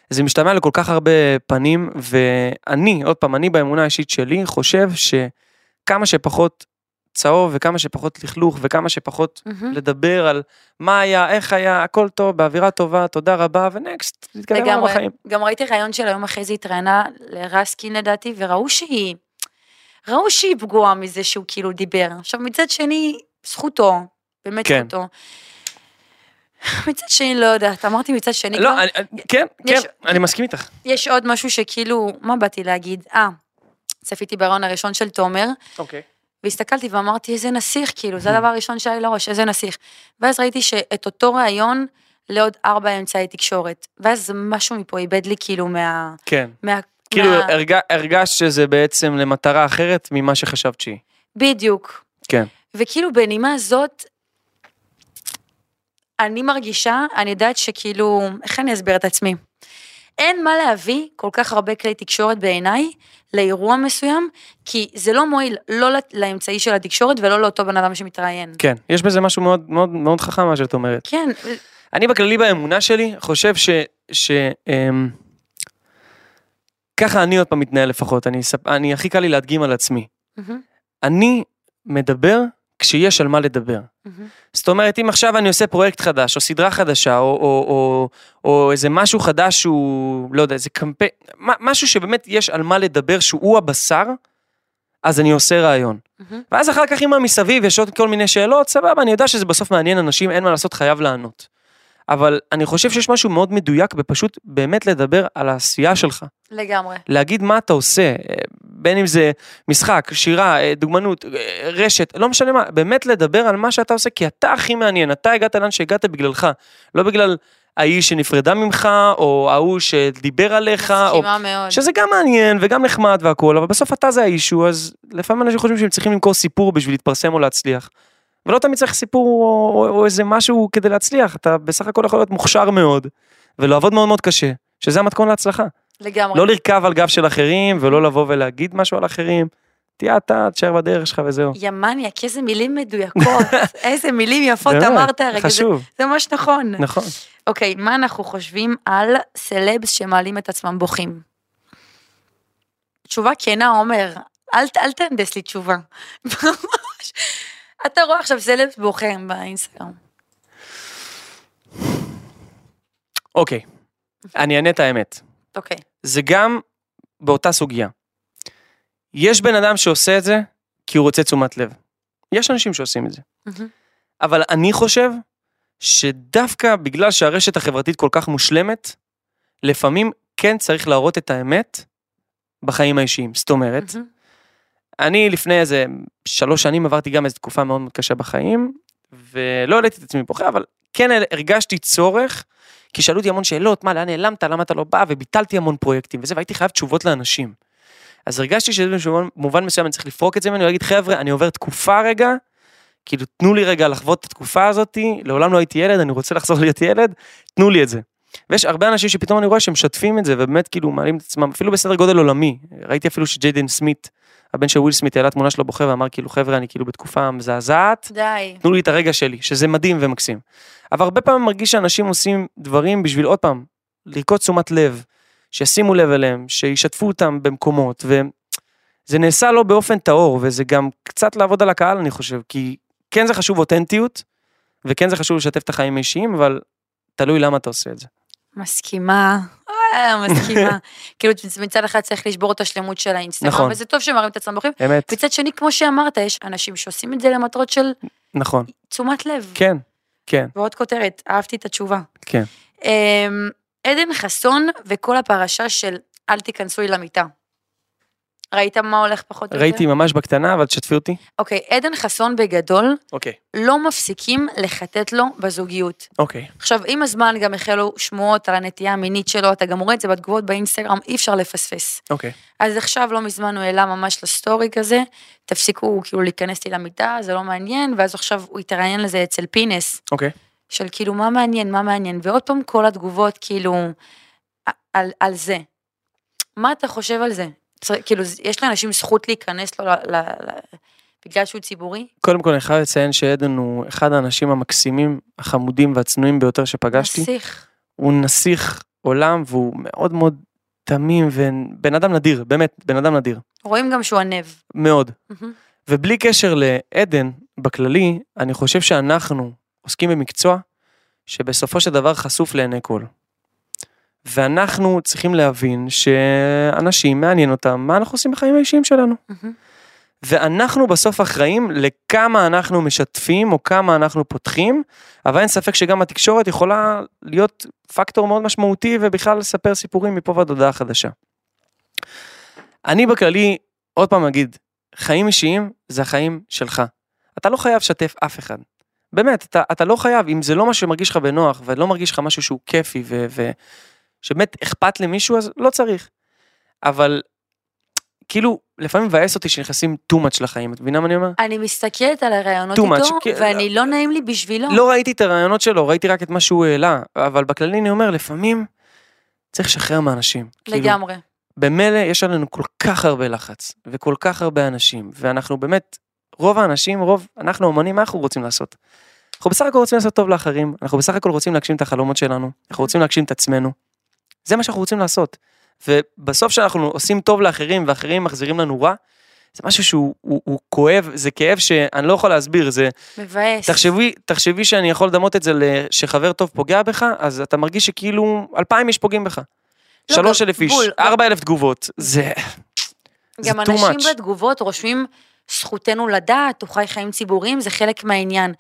Speaker 3: זה משתמע לכל כך הרבה פנים, ואני, עוד פעם, אני באמונה האישית שלי, חושב שכמה שפחות צהוב וכמה שפחות לכלוך וכמה שפחות
Speaker 2: מהמם.
Speaker 3: לדבר על מה היה, איך היה, הכל טוב, באווירה טובה, תודה רבה, ונקסט, להתקדם עם
Speaker 2: לגמרי.
Speaker 3: החיים.
Speaker 2: גם ראיתי ראיון של היום אחרי זה התראיינה לרסקין לדעתי, וראו שהיא, ראו שהיא פגועה מזה שהוא כאילו דיבר. עכשיו מצד שני, זכותו, באמת
Speaker 3: כן.
Speaker 2: זכותו. מצד שני, לא יודעת, אמרתי מצד שני,
Speaker 3: לא,
Speaker 2: כבר-
Speaker 3: אני- אני- כן, כן,
Speaker 2: יש-
Speaker 3: אני מסכים איתך.
Speaker 2: יש עוד משהו שכאילו, מה באתי להגיד? אה, צפיתי בהרעיון הראשון של תומר,
Speaker 3: אוקיי.
Speaker 2: והסתכלתי ואמרתי, איזה נסיך, כאילו, זה הדבר הראשון שהיה לי לראש, איזה נסיך. ואז ראיתי שאת אותו ראיון לעוד ארבע אמצעי תקשורת. ואז משהו מפה איבד לי כאילו מה...
Speaker 3: כן.
Speaker 2: מה
Speaker 3: כאילו
Speaker 2: מה...
Speaker 3: הרגש- הרגשת שזה בעצם למטרה אחרת ממה שחשבת שהיא.
Speaker 2: בדיוק.
Speaker 3: כן.
Speaker 2: וכאילו בנימה זאת, אני מרגישה, אני יודעת שכאילו, איך אני אסביר את עצמי? אין מה להביא כל כך הרבה כלי תקשורת בעיניי לאירוע מסוים, כי זה לא מועיל לא לת- לאמצעי של התקשורת ולא לאותו בן אדם שמתראיין.
Speaker 3: כן, יש בזה משהו מאוד מאוד מאוד חכם מה שאת אומרת.
Speaker 2: כן,
Speaker 3: אני בכללי באמונה שלי חושב ש... ש אמ, ככה אני עוד פעם מתנהל לפחות, אני, אספ- אני הכי קל לי להדגים על עצמי.
Speaker 2: מהמם,
Speaker 3: אני מדבר כשיש על מה לדבר.
Speaker 2: מהמם,
Speaker 3: זאת אומרת, אם עכשיו אני עושה פרויקט חדש, או סדרה חדשה, או, או, או, או איזה משהו חדש שהוא, לא יודע, איזה קמפיין, מה- משהו שבאמת יש על מה לדבר, שהוא הבשר, אז אני עושה רעיון.
Speaker 2: מהמם.
Speaker 3: ואז אחר כך אם המסביב יש עוד כל מיני שאלות, סבבה, אני יודע שזה בסוף מעניין אנשים, אין מה לעשות, חייב לענות. אבל אני חושב שיש משהו מאוד מדויק בפשוט באמת לדבר על העשייה שלך.
Speaker 2: לגמרי.
Speaker 3: להגיד מה אתה עושה, אה, בין אם זה משחק, שירה, אה, דוגמנות, אה, רשת, לא משנה מה, באמת לדבר על מה שאתה עושה, כי אתה הכי מעניין, אתה הגעת לאן שהגעת בגללך, לא בגלל ההיא שנפרדה ממך, או ההוא שדיבר עליך, או...
Speaker 2: מסכימה מאוד.
Speaker 3: שזה גם מעניין וגם נחמד והכול, אבל בסוף אתה זה האישו, אז לפעמים אנשים חושבים שהם צריכים למכור סיפור בשביל להתפרסם או להצליח. ולא תמיד צריך סיפור או, או, או איזה משהו כדי להצליח, אתה בסך הכל יכול להיות מוכשר מאוד, ולעבוד מאוד מאוד קשה, שזה המתכון להצלחה.
Speaker 2: לגמרי.
Speaker 3: לא לרכב על גב של אחרים, ולא לבוא ולהגיד משהו על אחרים. תהיה אתה, תשאר בדרך שלך וזהו.
Speaker 2: יא מניאק, איזה מילים
Speaker 3: (laughs)
Speaker 2: מדויקות, איזה מילים יפות
Speaker 3: באמת,
Speaker 2: אמרת הרגע, זה-
Speaker 3: חשוב,
Speaker 2: זה ממש נכון.
Speaker 3: נכון.
Speaker 2: אוקיי, מה אנחנו חושבים על סלבס שמעלים את עצמם בוכים? תשובה כנה, עומר, אל, ת- אל תהנדס לי תשובה. (laughs) ממש. אתה רואה עכשיו סלבס בוכה באינסטגרם.
Speaker 3: אוקיי, אני אענה את האמת.
Speaker 2: אוקיי,
Speaker 3: זה גם באותה סוגיה. יש בן אדם שעושה את זה כי הוא רוצה תשומת לב. יש אנשים שעושים את זה.
Speaker 2: מהמם.
Speaker 3: אבל אני חושב שדווקא בגלל שהרשת החברתית כל כך מושלמת, לפעמים כן צריך להראות את האמת בחיים האישיים. זאת אומרת,
Speaker 2: מהמם,
Speaker 3: אני לפני איזה שלוש שנים עברתי גם איזו תקופה מאוד מאוד קשה בחיים, ולא העליתי את עצמי בוכה, אבל כן הרגשתי צורך, כי שאלו אותי המון שאלות, מה, לאן נעלמת, למה אתה לא בא, וביטלתי המון פרויקטים וזה, והייתי חייב תשובות לאנשים. אז הרגשתי שבמובן מסוים אני צריך לפרוק את זה ממני, ולהגיד, חבר'ה, אני עובר תקופה רגע, כאילו, תנו לי רגע לחוות את התקופה הזאתי, לעולם לא הייתי ילד, אני רוצה לחזור להיות ילד, תנו לי את זה. ויש הרבה אנשים שפתאום אני רואה שהם משתפים את זה, ובאמת כאילו מעלים את עצמם, אפילו בסדר גודל עולמי. ראיתי אפילו שג'יידן סמית, הבן של וויל סמית, העלה תמונה שלו בוכה ואמר, כאילו, חבר'ה, אני כאילו בתקופה מזעזעת,
Speaker 2: די.
Speaker 3: תנו לי את הרגע שלי, שזה מדהים ומקסים. אבל הרבה פעמים מרגיש שאנשים עושים דברים בשביל עוד פעם, לרקוד תשומת לב, שישימו לב אליהם, שישתפו אותם במקומות, וזה נעשה לא באופן טהור, וזה גם קצת לעבוד על הקהל, אני חושב, כי כן זה חשוב אותנטיות, וכן זה חשוב לשתף את החיים האישיים, אבל תלוי למה אתה עושה את זה.
Speaker 2: מסכימה. אה, (laughs) מסכימה. כאילו, מצד אחד צריך לשבור את השלמות של האינסטגרם,
Speaker 3: נכון.
Speaker 2: וזה טוב שמראים את עצמם בוכים.
Speaker 3: אמת,
Speaker 2: מצד שני, כמו שאמרת, יש אנשים שעושים את זה למטרות של
Speaker 3: נכון,
Speaker 2: תשומת לב.
Speaker 3: כן, כן,
Speaker 2: ועוד כותרת, אהבתי את התשובה.
Speaker 3: כן.
Speaker 2: אמ, עדן חסון וכל הפרשה של אל תיכנסו לי למיטה. ראית מה הולך פחות או יותר?
Speaker 3: ראיתי ממש בקטנה, אבל תשתפי אותי.
Speaker 2: אוקיי, עדן חסון בגדול,
Speaker 3: אוקיי.
Speaker 2: לא מפסיקים לחטט לו בזוגיות.
Speaker 3: אוקיי,
Speaker 2: עכשיו, עם הזמן גם החלו שמועות על הנטייה המינית שלו, אתה גם רואה את זה בתגובות באינסטגרם, אי אפשר לפספס.
Speaker 3: אוקיי.
Speaker 2: אז עכשיו לא מזמן הוא העלה ממש לסטורי כזה, תפסיקו כאילו להיכנס לי למיטה, זה לא מעניין, ואז עכשיו הוא התראיין לזה אצל פינס.
Speaker 3: אוקיי.
Speaker 2: של כאילו מה מעניין, מה מעניין, ועוד פעם כל התגובות כאילו על, על זה. מה אתה חושב על זה? צר, כאילו, ז- יש לאנשים זכות להיכנס לו ל, ל, ל, בגלל שהוא ציבורי?
Speaker 3: קודם כל, אני חייב לציין שעדן הוא אחד האנשים המקסימים, החמודים והצנועים ביותר שפגשתי.
Speaker 2: נסיך.
Speaker 3: הוא נסיך עולם והוא מאוד מאוד תמים ובן אדם נדיר, באמת, בן אדם נדיר,
Speaker 2: רואים גם שהוא ענב.
Speaker 3: מאוד.
Speaker 2: מהמם.
Speaker 3: ובלי קשר לעדן, בכללי, אני חושב שאנחנו עוסקים במקצוע שבסופו של דבר חשוף לעיני כל. ואנחנו צריכים להבין שאנשים מעניין אותם מה אנחנו עושים בחיים האישיים שלנו.
Speaker 2: מהמם.
Speaker 3: ואנחנו בסוף אחראים לכמה אנחנו משתפים או כמה אנחנו פותחים, אבל אין ספק שגם התקשורת יכולה להיות פקטור מאוד משמעותי ובכלל לספר סיפורים מפה ועד הודעה חדשה. אני בכללי, עוד פעם אגיד, חיים אישיים זה החיים שלך. אתה לא חייב לשתף אף אחד. באמת, אתה, אתה לא חייב, אם זה לא מה שמרגיש לך בנוח ולא מרגיש לך משהו שהוא כיפי ו... ו שבאמת אכפת למישהו, אז לא צריך. אבל כאילו, לפעמים מבאס אותי שנכנסים too much לחיים, את מבינה מה אני אומר?
Speaker 2: אני מסתכלת על הראיונות
Speaker 3: Too much,
Speaker 2: איתו,
Speaker 3: כן,
Speaker 2: ואני לא נעים לי בשבילו.
Speaker 3: לא ראיתי את הרעיונות שלו, ראיתי רק את מה שהוא העלה, אבל בכללי אני אומר, לפעמים צריך לשחרר מאנשים. כאילו,
Speaker 2: לגמרי.
Speaker 3: במילא יש עלינו כל כך הרבה לחץ, וכל כך הרבה אנשים, ואנחנו באמת, רוב האנשים, רוב, אנחנו אומנים, מה אנחנו רוצים לעשות? אנחנו בסך הכל רוצים לעשות טוב לאחרים, אנחנו בסך הכל רוצים להגשים את החלומות שלנו, אנחנו רוצים להגשים את עצמנו. זה מה שאנחנו רוצים לעשות. ובסוף שאנחנו עושים טוב לאחרים, ואחרים מחזירים לנו רע, זה משהו שהוא הוא, הוא כואב, זה כאב שאני לא יכול להסביר, זה
Speaker 2: מבאס.
Speaker 3: תחשבי, תחשבי שאני יכול לדמות את זה לשחבר טוב פוגע בך, אז אתה מרגיש שכאילו אלפיים איש פוגעים בך.
Speaker 2: לא,
Speaker 3: שלוש
Speaker 2: גם
Speaker 3: אלף איש,
Speaker 2: בול, גם-
Speaker 3: ארבע אלף תגובות, זה... זה
Speaker 2: גם
Speaker 3: too
Speaker 2: אנשים
Speaker 3: much.
Speaker 2: בתגובות רושמים, זכותנו לדעת, הוא חי חיים ציבוריים, זה חלק מהעניין.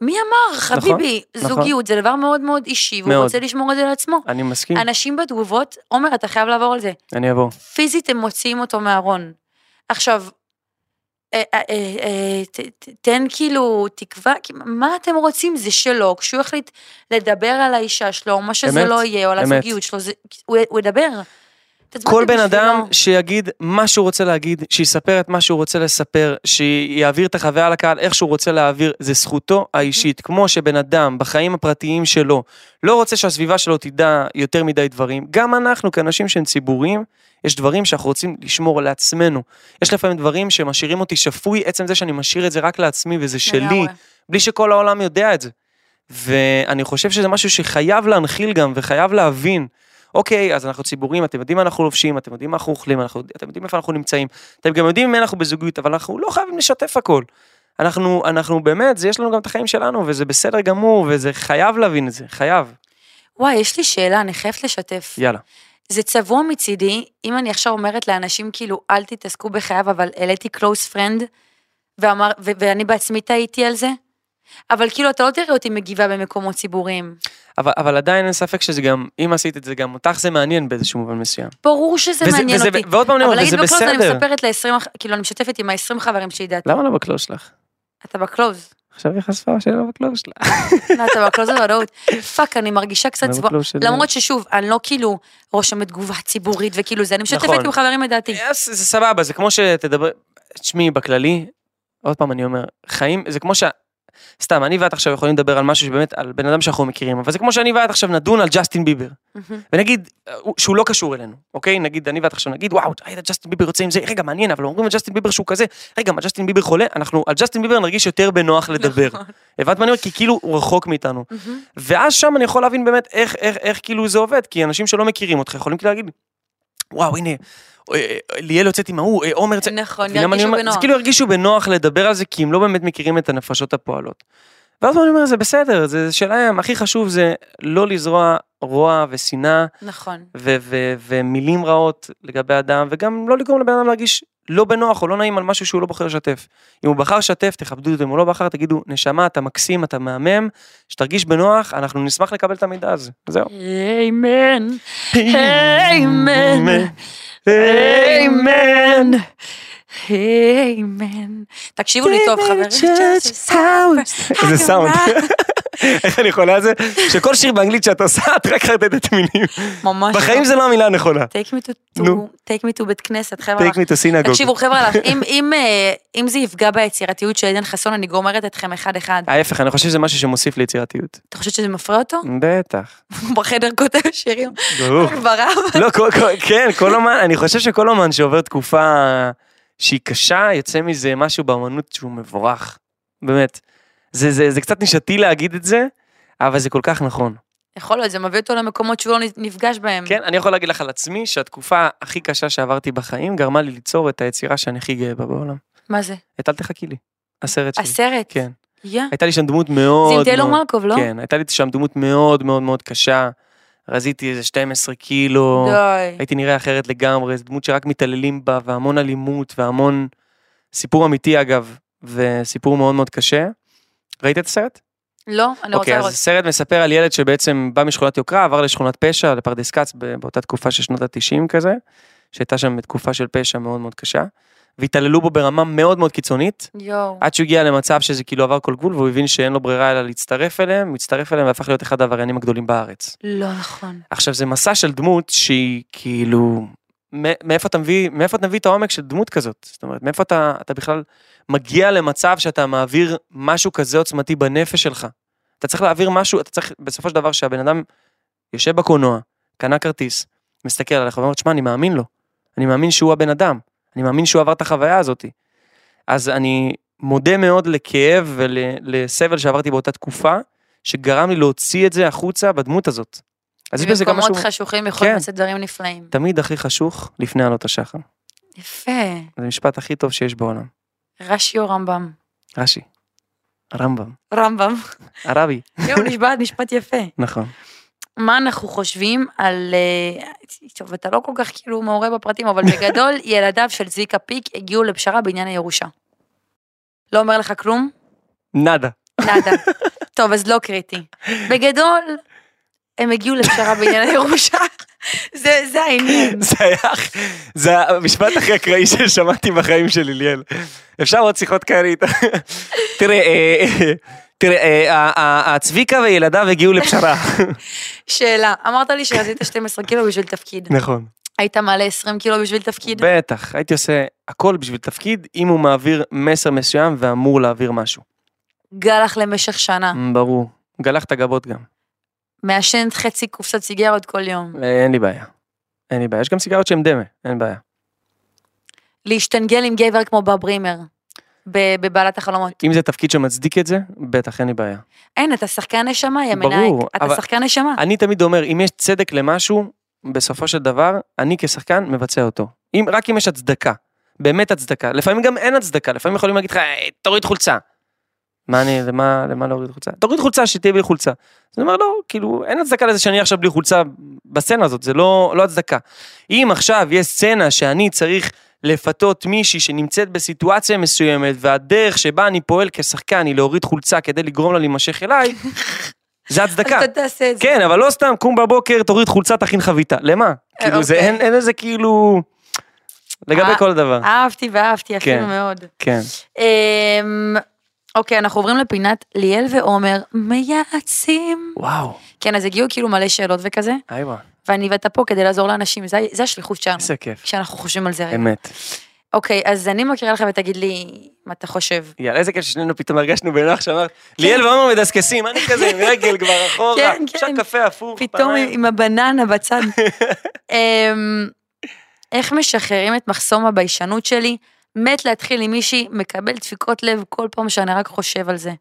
Speaker 2: מי אמר, חביבי,
Speaker 3: נכון.
Speaker 2: זוגיות זה דבר מאוד מאוד אישי, והוא
Speaker 3: מאוד. כן.
Speaker 2: רוצה לשמור את זה לעצמו.
Speaker 3: אני מסכים,
Speaker 2: אנשים בתגובות, עומר, אתה חייב לעבור על זה.
Speaker 3: אני אעבור.
Speaker 2: פיזית הם מוציאים אותו מהארון. עכשיו, אה, אה, אה, אה, ת- ת- תן כאילו תקווה, כי מה אתם רוצים? זה שלו, כשהוא יחליט לדבר על האישה שלו, או מה שזה
Speaker 3: אמת,
Speaker 2: לא יהיה, או על
Speaker 3: אמת.
Speaker 2: הזוגיות שלו, זה- הוא הוא ידבר. תעצבן
Speaker 3: כל
Speaker 2: אותי
Speaker 3: בן אדם
Speaker 2: בשבילו.
Speaker 3: שיגיד מה שהוא רוצה להגיד, שיספר את מה שהוא רוצה לספר, שיעביר את החוויה לקהל איך שהוא רוצה להעביר, זה זכותו האישית. כמו שבן אדם בחיים הפרטיים שלו לא רוצה שהסביבה שלו תדע יותר מדי דברים, גם אנחנו כאנשים שהם ציבוריים, יש דברים שאנחנו רוצים לשמור לעצמנו. יש לפעמים דברים שמשאירים אותי שפוי, עצם זה שאני משאיר את זה רק לעצמי וזה שלי,
Speaker 2: לגמרי.
Speaker 3: בלי שכל העולם יודע את זה. ואני חושב שזה משהו שחייב להנחיל גם וחייב להבין. אוקיי, אז אנחנו ציבורים, אתם יודעים מה אנחנו לובשים, אתם יודעים מה אנחנו אוכלים, אנחנו, אתם יודעים איפה אנחנו נמצאים, אתם גם יודעים אם אנחנו בזוגיות, אבל אנחנו לא חייבים לשתף הכל. אנחנו, אנחנו באמת, זה יש לנו גם את החיים שלנו, וזה בסדר גמור, וזה חייב להבין את זה, חייב.
Speaker 2: וואי, יש לי שאלה, אני חייבת לשתף.
Speaker 3: יאללה.
Speaker 2: זה צבוע מצידי, אם אני עכשיו אומרת לאנשים כאילו, אל תתעסקו בחייו, אבל העליתי close friend, ואמר, ו- ואני בעצמי טעיתי על זה, אבל כאילו, אתה לא תראה אותי מגיבה במקומות ציבוריים.
Speaker 3: אבל, אבל עדיין אין ספק שזה גם, אם עשית את זה גם אותך, זה מעניין באיזשהו מובן מסוים.
Speaker 2: ברור שזה
Speaker 3: וזה-
Speaker 2: מעניין
Speaker 3: וזה-
Speaker 2: אותי.
Speaker 3: ועוד פעם אני
Speaker 2: אבל
Speaker 3: אומר,
Speaker 2: להגיד
Speaker 3: וזה
Speaker 2: בקלוז, אני
Speaker 3: בסדר.
Speaker 2: מספרת ל-20, כאילו, אני משתפת עם ה-20 חברים שלי דעתי.
Speaker 3: למה לא בקלוז שלך?
Speaker 2: אתה בקלוז.
Speaker 3: עכשיו היא חשפה שלא בקלוז שלה.
Speaker 2: לא, אתה בקלוז בוודאות. פאק, אני מרגישה קצת
Speaker 3: למה לא
Speaker 2: צבועה.
Speaker 3: בקלוז שלי?
Speaker 2: למרות ששוב, אני לא כאילו רושמת תגובה ציבורית וכאילו זה, אני משתפת
Speaker 3: נכון.
Speaker 2: עם חברים את דעתי.
Speaker 3: אז זה סבבה, זה כמו שתדבר, תשמעי, בכללי, עוד פעם אני אומר, חיים, זה כמו ש... סתם, אני ואת עכשיו יכולים לדבר על משהו שבאמת, על בן אדם שאנחנו מכירים, אבל זה כמו שאני ואת עכשיו נדון על ג'סטין ביבר,
Speaker 2: מהמם.
Speaker 3: ונגיד, אה, הוא- שהוא לא קשור אלינו, אוקיי? נגיד, אני ואת עכשיו נגיד, וואו, היית ג'סטין ביבר יוצא עם זה, רגע, מעניין, אבל אומרים על ג'סטין ביבר שהוא כזה, רגע, מה ג'סטין ביבר חולה? אנחנו, על ג'סטין ביבר נרגיש יותר בנוח לדבר. הבנת מה אני אומר? כי כאילו הוא רחוק מאיתנו.
Speaker 2: מהמם.
Speaker 3: ואז שם אני יכול להבין באמת איך, איך, איך כאילו זה עובד, כי אנשים שלא מכירים אותך יכולים כאילו להגיד, וואו, הנה, אה, אה, ליאל יוצאת עם ההוא, אה, עומר יוצאת...
Speaker 2: נכון,
Speaker 3: אתה מבינה מה אני
Speaker 2: ירגישו
Speaker 3: אומר?
Speaker 2: בנוח.
Speaker 3: זה כאילו הרגישו בנוח לדבר על זה, כי הם לא באמת מכירים את הנפשות הפועלות. ואז אני אומר, זה בסדר, זה שלהם, הכי חשוב זה לא לזרוע רוע ושנאה
Speaker 2: נכון.
Speaker 3: ו- ו- ומילים רעות לגבי אדם, וגם לא לגרום לבן אדם להרגיש לא בנוח או לא נעים על משהו שהוא לא בוחר לשתף. אם הוא בחר לשתף, תכבדו אותו, אם הוא לא בחר, תגידו, נשמה, אתה מקסים, אתה מהמם, שתרגיש בנוח, אנחנו נשמח לקבל את המידע הזה. זהו.
Speaker 2: איימן, איימן, איימן, איימן. תקשיבו לי טוב, חברים.
Speaker 3: איזה
Speaker 2: אה,
Speaker 3: סאונד. (laughs) איך אני יכול על זה? שכל שיר באנגלית שאת עושה, (laughs) את רק חרטטת מילים.
Speaker 2: (laughs) ממש.
Speaker 3: בחיים
Speaker 2: לא.
Speaker 3: זה לא המילה הנכונה.
Speaker 2: take me to,
Speaker 3: נו.
Speaker 2: to- take me to בית כנסת, חבר'ה.
Speaker 3: take me to synagogue.
Speaker 2: אה, תקשיבו, חבר'ה, (laughs) אם, אם, אה, אם זה יפגע ביצירתיות של עדן חסון, אני גומרת אתכם אחד-אחד.
Speaker 3: ההפך, אני חושב שזה משהו שמוסיף ליצירתיות.
Speaker 2: אתה חושב שזה מפריע אותו? (laughs)
Speaker 3: בטח.
Speaker 2: הוא בחדר כותב
Speaker 3: (laughs)
Speaker 2: שירים. (laughs)
Speaker 3: ברור.
Speaker 2: דבריו.
Speaker 3: לא, כל, כל, כן, כל אומן, אני חושב שכל אומן שעובר תקופה שהיא קשה, יוצא מזה משהו באמנות שהוא מבורך. באמת. זה, זה, זה קצת נישתי להגיד את זה, אבל זה כל כך נכון.
Speaker 2: יכול להיות, זה מביא אותו למקומות שהוא לא נפגש בהם.
Speaker 3: כן, אני יכול להגיד לך על עצמי שהתקופה הכי קשה שעברתי בחיים גרמה לי ליצור את היצירה שאני הכי גאה בה בעולם.
Speaker 2: מה זה?
Speaker 3: את אל תחכי לי, הסרט שלי.
Speaker 2: הסרט?
Speaker 3: כן.
Speaker 2: יא.
Speaker 3: הייתה לי שם דמות מאוד...
Speaker 2: זה עם טיילור
Speaker 3: מאוד-
Speaker 2: מלקוב, לא?
Speaker 3: כן, הייתה לי שם דמות מאוד מאוד מאוד קשה. רזיתי איזה 12 קילו.
Speaker 2: די.
Speaker 3: הייתי נראה אחרת לגמרי, זו דמות שרק מתעללים בה, והמון אלימות, והמון... סיפור אמיתי אגב, וסיפור מאוד מאוד קשה. ראית את הסרט?
Speaker 2: לא, אני רוצה
Speaker 3: אוקיי, אז
Speaker 2: לראות.
Speaker 3: הסרט מספר על ילד שבעצם בא משכונת יוקרה, עבר לשכונת פשע, לפרדס כץ, ב- באותה תקופה של שנות ה-90 כזה, שהייתה שם תקופה של פשע מאוד מאוד קשה, והתעללו בו ברמה מאוד מאוד קיצונית,
Speaker 2: יואו.
Speaker 3: עד שהוא הגיע למצב שזה כאילו עבר כל גבול, והוא הבין שאין לו ברירה אלא להצטרף אליהם, הוא הצטרף אליהם והפך להיות אחד העבריינים הגדולים בארץ.
Speaker 2: לא נכון.
Speaker 3: עכשיו, זה מסע של דמות שהיא כאילו... מ- מאיפה אתה מביא, מאיפה אתה מביא את העומק של דמות כזאת? זאת אומרת, מאיפה אתה, אתה בכלל מגיע למצב שאתה מעביר משהו כזה עוצמתי בנפש שלך? אתה צריך להעביר משהו, אתה צריך בסופו של דבר שהבן אדם יושב בקולנוע, קנה כרטיס, מסתכל עליך ואומר, תשמע, אני מאמין לו. אני מאמין שהוא הבן אדם. אני מאמין שהוא עבר את החוויה הזאת. אז אני מודה מאוד לכאב ולסבל שעברתי באותה תקופה, שגרם לי להוציא את זה החוצה בדמות הזאת. אז יש בזה גם משהו...
Speaker 2: במקומות חשוכים יכולים
Speaker 3: כן.
Speaker 2: לעשות דברים נפלאים.
Speaker 3: תמיד הכי חשוך לפני עלות השחר.
Speaker 2: יפה.
Speaker 3: זה המשפט הכי טוב שיש בעולם.
Speaker 2: רש"י או רמב"ם?
Speaker 3: רש"י. הרמב"ם.
Speaker 2: רמב"ם. (laughs)
Speaker 3: הרבי.
Speaker 2: יואו, נשבעת משפט יפה.
Speaker 3: נכון.
Speaker 2: מה אנחנו חושבים על... אה, טוב, אתה לא כל כך כאילו מעורה בפרטים, אבל (laughs) בגדול, ילדיו של צביקה פיק הגיעו לפשרה בעניין הירושה. לא אומר לך כלום?
Speaker 3: נאדה. (laughs)
Speaker 2: (laughs) נאדה. טוב, אז לא קריטי. בגדול, הם הגיעו לפשרה (laughs) בעניין הירושה. זה, זה (laughs) העניין.
Speaker 3: זה היה... הכ- זה המשפט הכי אקראי ששמעתי בחיים שלי, ליאל. אפשר עוד שיחות כאלה (laughs) איתה. תראה, אה, אה, תראה, אה, ה- ה- הצביקה וילדיו הגיעו לפשרה.
Speaker 2: שאלה, אמרת לי שרצית 12 קילו בשביל תפקיד.
Speaker 3: נכון.
Speaker 2: היית מעלה 20 קילו בשביל תפקיד?
Speaker 3: בטח, הייתי עושה הכל בשביל תפקיד, אם הוא מעביר מסר מסוים ואמור להעביר משהו. אמ,
Speaker 2: גלח למשך שנה.
Speaker 3: Mm. ברור. גלח את הגבות גם.
Speaker 2: מעשן חצי קופסת סיגרות כל יום.
Speaker 3: אה, אין לי בעיה. אין לי בעיה. יש גם סיגריות שהן דמה, אין בעיה.
Speaker 2: להשתנגל עם גבר כמו בב רימר, ב- בבעלת החלומות.
Speaker 3: אם זה תפקיד שמצדיק את זה, בטח, אין לי בעיה.
Speaker 2: אין, אתה שחקן נשמה, יא
Speaker 3: ברור,
Speaker 2: מנהיג. אתה
Speaker 3: אבל-
Speaker 2: שחקן נשמה.
Speaker 3: אני תמיד אומר, אם יש צדק למשהו, בסופו של דבר, אני כשחקן מבצע אותו. אם, רק אם יש הצדקה. באמת הצדקה. לפעמים גם אין הצדקה, לפעמים יכולים להגיד לך, "אה, תוריד חולצה. מה אני, למה, למה להוריד חולצה? תוריד חולצה, שתהיה בלי חולצה. אז אני אומר, לא, כאילו, אין הצדקה לזה שאני עכשיו בלי חולצה בסצנה הזאת, זה לא, לא הצדקה. אם עכשיו יש סצנה שאני צריך לפתות מישהי שנמצאת בסיטואציה מסוימת, והדרך שבה אני פועל כשחקן היא להוריד חולצה כדי לגרום לה
Speaker 2: (laughs)
Speaker 3: להימשך אליי, זה הצדקה.
Speaker 2: אז אתה תעשה את זה.
Speaker 3: כן, אבל לא סתם, קום בבוקר, תוריד חולצה, תכין חביתה. למה? כאילו, זה
Speaker 2: אוקיי.
Speaker 3: אין אין איזה כאילו... לגבי
Speaker 2: אה,
Speaker 3: כל דבר.
Speaker 2: אהבתי ואהבתי, אפילו
Speaker 3: כן.
Speaker 2: מאוד.
Speaker 3: כן.
Speaker 2: אמ, אוקיי, אנחנו עוברים לפינת ליאל ועומר מייעצים.
Speaker 3: וואו,
Speaker 2: כן, אז הגיעו כאילו מלא שאלות וכזה,
Speaker 3: אייבה,
Speaker 2: ואני ואתה פה כדי לעזור לאנשים, זה זה השליחות שלנו,
Speaker 3: איזה כיף.
Speaker 2: כשאנחנו חושבים על זה רגע.
Speaker 3: אמת.
Speaker 2: אוקיי, אז אני מקריאה לך ותגיד לי מה אתה חושב.
Speaker 3: יאללה, איזה כיף ששנינו פתאום הרגשנו בנוח שאמרת, ליאל ועומר מדסקסים, אני כזה עם רגל כבר אחורה,
Speaker 2: (laughs) כן,
Speaker 3: עכשיו
Speaker 2: כן.
Speaker 3: קפה הפוך,
Speaker 2: פתאום עם- עם הבננה
Speaker 3: (laughs)
Speaker 2: בצד. אמ, איך משחררים את מחסום הביישנות שלי? מת להתחיל עם מישהי, מקבל דפיקות לב כל פעם שאני רק חושב על זה.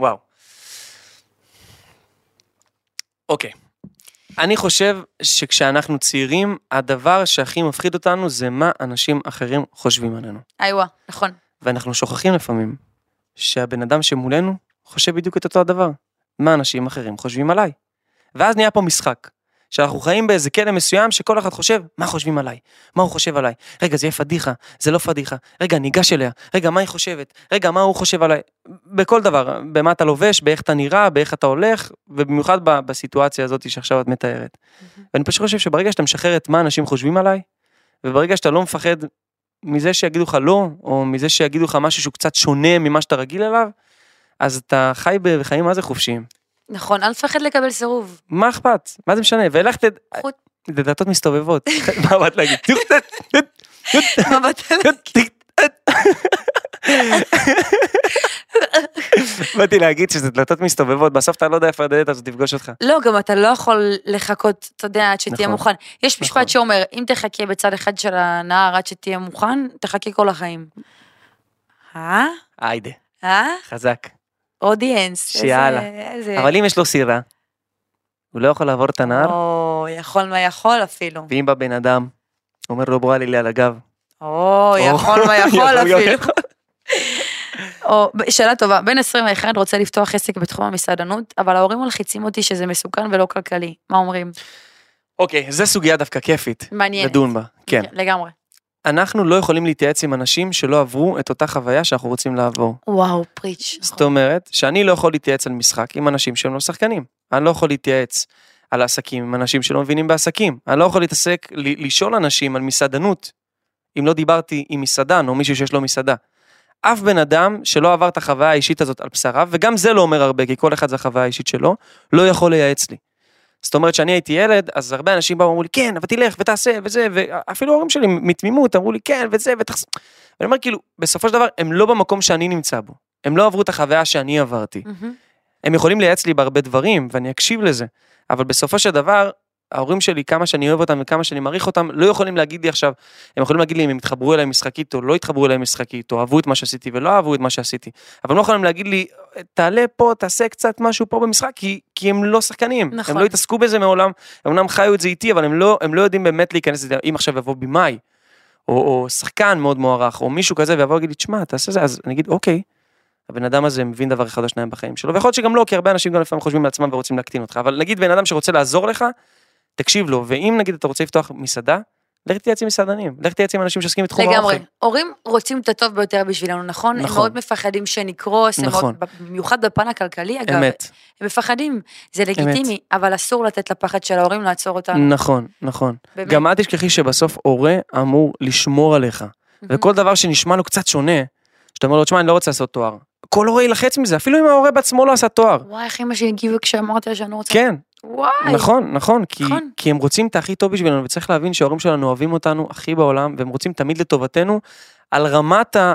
Speaker 3: וואו. אוקיי. אני חושב שכשאנחנו צעירים, הדבר שהכי מפחיד אותנו זה מה אנשים אחרים חושבים עלינו.
Speaker 2: איווה, נכון.
Speaker 3: ואנחנו שוכחים לפעמים שהבן אדם שמולנו חושב בדיוק את אותו הדבר. מה אנשים אחרים חושבים עליי? ואז נהיה פה משחק. שאנחנו חיים באיזה כלא מסוים שכל אחד חושב, מה חושבים עליי? מה הוא חושב עליי? רגע, זה יהיה פדיחה, זה לא פדיחה. רגע, אני אגש אליה. רגע, מה היא חושבת? רגע, מה הוא חושב עליי? בכל דבר, במה אתה לובש, באיך אתה נראה, באיך אתה הולך, ובמיוחד ב- בסיטואציה הזאת שעכשיו את מתארת. ואני פשוט חושב שברגע שאתה משחרר את מה אנשים חושבים עליי, וברגע שאתה לא מפחד מזה שיגידו לך לא, או מזה שיגידו לך משהו שהוא קצת שונה ממה שאתה רגיל אליו, אז אתה חי בחיים מה זה חופשיים.
Speaker 2: נכון, אל תפחד לקבל (laughs) סירוב.
Speaker 3: מה אכפת? מה זה משנה? ואילך תד...
Speaker 2: חוט.
Speaker 3: לדלתות מסתובבות. (laughs) מה באת להגיד? טוק, טוק, טוק,
Speaker 2: מה בטל?
Speaker 3: טוק, טוק, טוק. באתי להגיד שזה דלתות מסתובבות, בסוף אתה לא יודע איפה הדלת הזאת תפגוש אותך.
Speaker 2: לא, גם אתה לא יכול לחכות, אתה יודע, עד שתהיה
Speaker 3: נכון,
Speaker 2: מוכן. יש
Speaker 3: נכון.
Speaker 2: משפט שאומר, אם תחכה בצד אחד של הנהר עד שתהיה מוכן, תחכה כל החיים. אה?
Speaker 3: היידה,
Speaker 2: אה?
Speaker 3: חזק.
Speaker 2: אודיאנס.
Speaker 3: שיאללה.
Speaker 2: אה.
Speaker 3: אבל אם יש לו סירה, הוא לא יכול לעבור את הנהר,
Speaker 2: או, יכול מה יכול אפילו.
Speaker 3: ואם בא בן אדם, אומר לו בוא עלי לי על הגב,
Speaker 2: או, יכול ויכול
Speaker 3: יכול גם
Speaker 2: אפילו.
Speaker 3: יכול.
Speaker 2: (laughs) או, ב- שאלה טובה, בן 21 רוצה לפתוח עסק בתחום המסעדנות, אבל ההורים מלחיצים אותי שזה מסוכן ולא כלכלי. מה אומרים?
Speaker 3: אוקיי, זו סוגיה דווקא כיפית.
Speaker 2: מעניין.
Speaker 3: לדון בה, כן.
Speaker 2: לגמרי.
Speaker 3: אנחנו לא יכולים להתייעץ עם אנשים שלא עברו את אותה חוויה שאנחנו רוצים לעבור.
Speaker 2: וואו, פריץ'.
Speaker 3: זאת אומרת, שאני לא יכול להתייעץ על משחק עם אנשים שהם לא שחקנים. אני לא יכול להתייעץ על עסקים עם אנשים שלא מבינים בעסקים. אני לא יכול להתעסק, ל- לשאול אנשים על מסעדנות, אם לא דיברתי עם מסעדן או מישהו שיש לו מסעדה. אף בן אדם שלא עבר את החוויה האישית הזאת על בשריו, וגם זה לא אומר הרבה, כי כל אחד זה החוויה האישית שלו, לא יכול לייעץ לי. זאת אומרת, כשאני הייתי ילד, אז הרבה אנשים באו ואמרו לי, כן, אבל תלך ותעשה וזה, ואפילו ההורים שלי מתמימות אמרו לי, כן, וזה, ותחס... אני אומר, כאילו, בסופו של דבר, הם לא במקום שאני נמצא בו. הם לא עברו את החוויה שאני עברתי.
Speaker 2: מהמם.
Speaker 3: הם יכולים לייעץ לי בהרבה דברים, ואני אקשיב לזה, אבל בסופו של דבר, ההורים שלי, כמה שאני אוהב אותם וכמה שאני מעריך אותם, לא יכולים להגיד לי עכשיו, הם יכולים להגיד לי אם הם התחברו אליי משחקית או לא התחברו אליי משחקית, או אהבו את מה שעשיתי ולא אהבו את מה שעשיתי, אבל הם לא יכולים להגיד לי, תעלה פה, תעשה קצת משהו פה במשחק, כי, כי הם לא שחקנים.
Speaker 2: נכון.
Speaker 3: הם לא התעסקו בזה מעולם, הם אמנם חיו את זה איתי, אבל הם לא, הם לא יודעים באמת להיכנס לזה, אם עכשיו יבוא במאי, או, או שחקן מאוד מוערך, או מישהו כזה, ויבוא ויגיד לי, תשמע, תעשה זה, אז אני אגיד, אוקיי, הבן אדם הזה מבין דבר אחד או שניים בחיים שלו, ויכול להיות שגם לא, כי הרבה אנשים גם לפעמים חושבים לעצמם ורוצים להקטין אותך, אבל נגיד בן אדם שרוצה לעזור לך, תקשיב לו, ואם נגיד אתה רוצה לפתוח מסעדה, לך תתייעץ עם מסעדנים, לך תתייעץ עם אנשים שעוסקים בתחום
Speaker 2: לגמרי.
Speaker 3: האוכל.
Speaker 2: הורים רוצים את הטוב ביותר בשבילנו, נכון? הם
Speaker 3: נכון.
Speaker 2: מאוד מפחדים שנקרוס, הם
Speaker 3: נכון.
Speaker 2: מאוד- במיוחד בפן הכלכלי, אגב.
Speaker 3: אמת,
Speaker 2: הם מפחדים, זה לגיטימי, אבל אסור לתת לפחד של ההורים לעצור אותנו.
Speaker 3: נכון, נכון.
Speaker 2: באמת.
Speaker 3: גם אל תשכחי שבסוף הורה אמור לשמור עליך,
Speaker 2: מהמם.
Speaker 3: וכל דבר שנשמע לו קצת שונה, שאתה אומר לו, תשמע, אני לא רוצה לעשות תואר. כל הורה יילחץ מזה, אפילו אם ההורה בעצמו לא עשה תואר.
Speaker 2: וואי, איך אמא שלי הגיבה כשאמרתי לה שאני לא רוצה...
Speaker 3: כן,
Speaker 2: וואי.
Speaker 3: נכון, נכון, כי,
Speaker 2: נכון.
Speaker 3: כי הם רוצים את הכי טוב בשבילנו, וצריך להבין שההורים שלנו אוהבים אותנו הכי בעולם, והם רוצים תמיד לטובתנו, על רמת ה...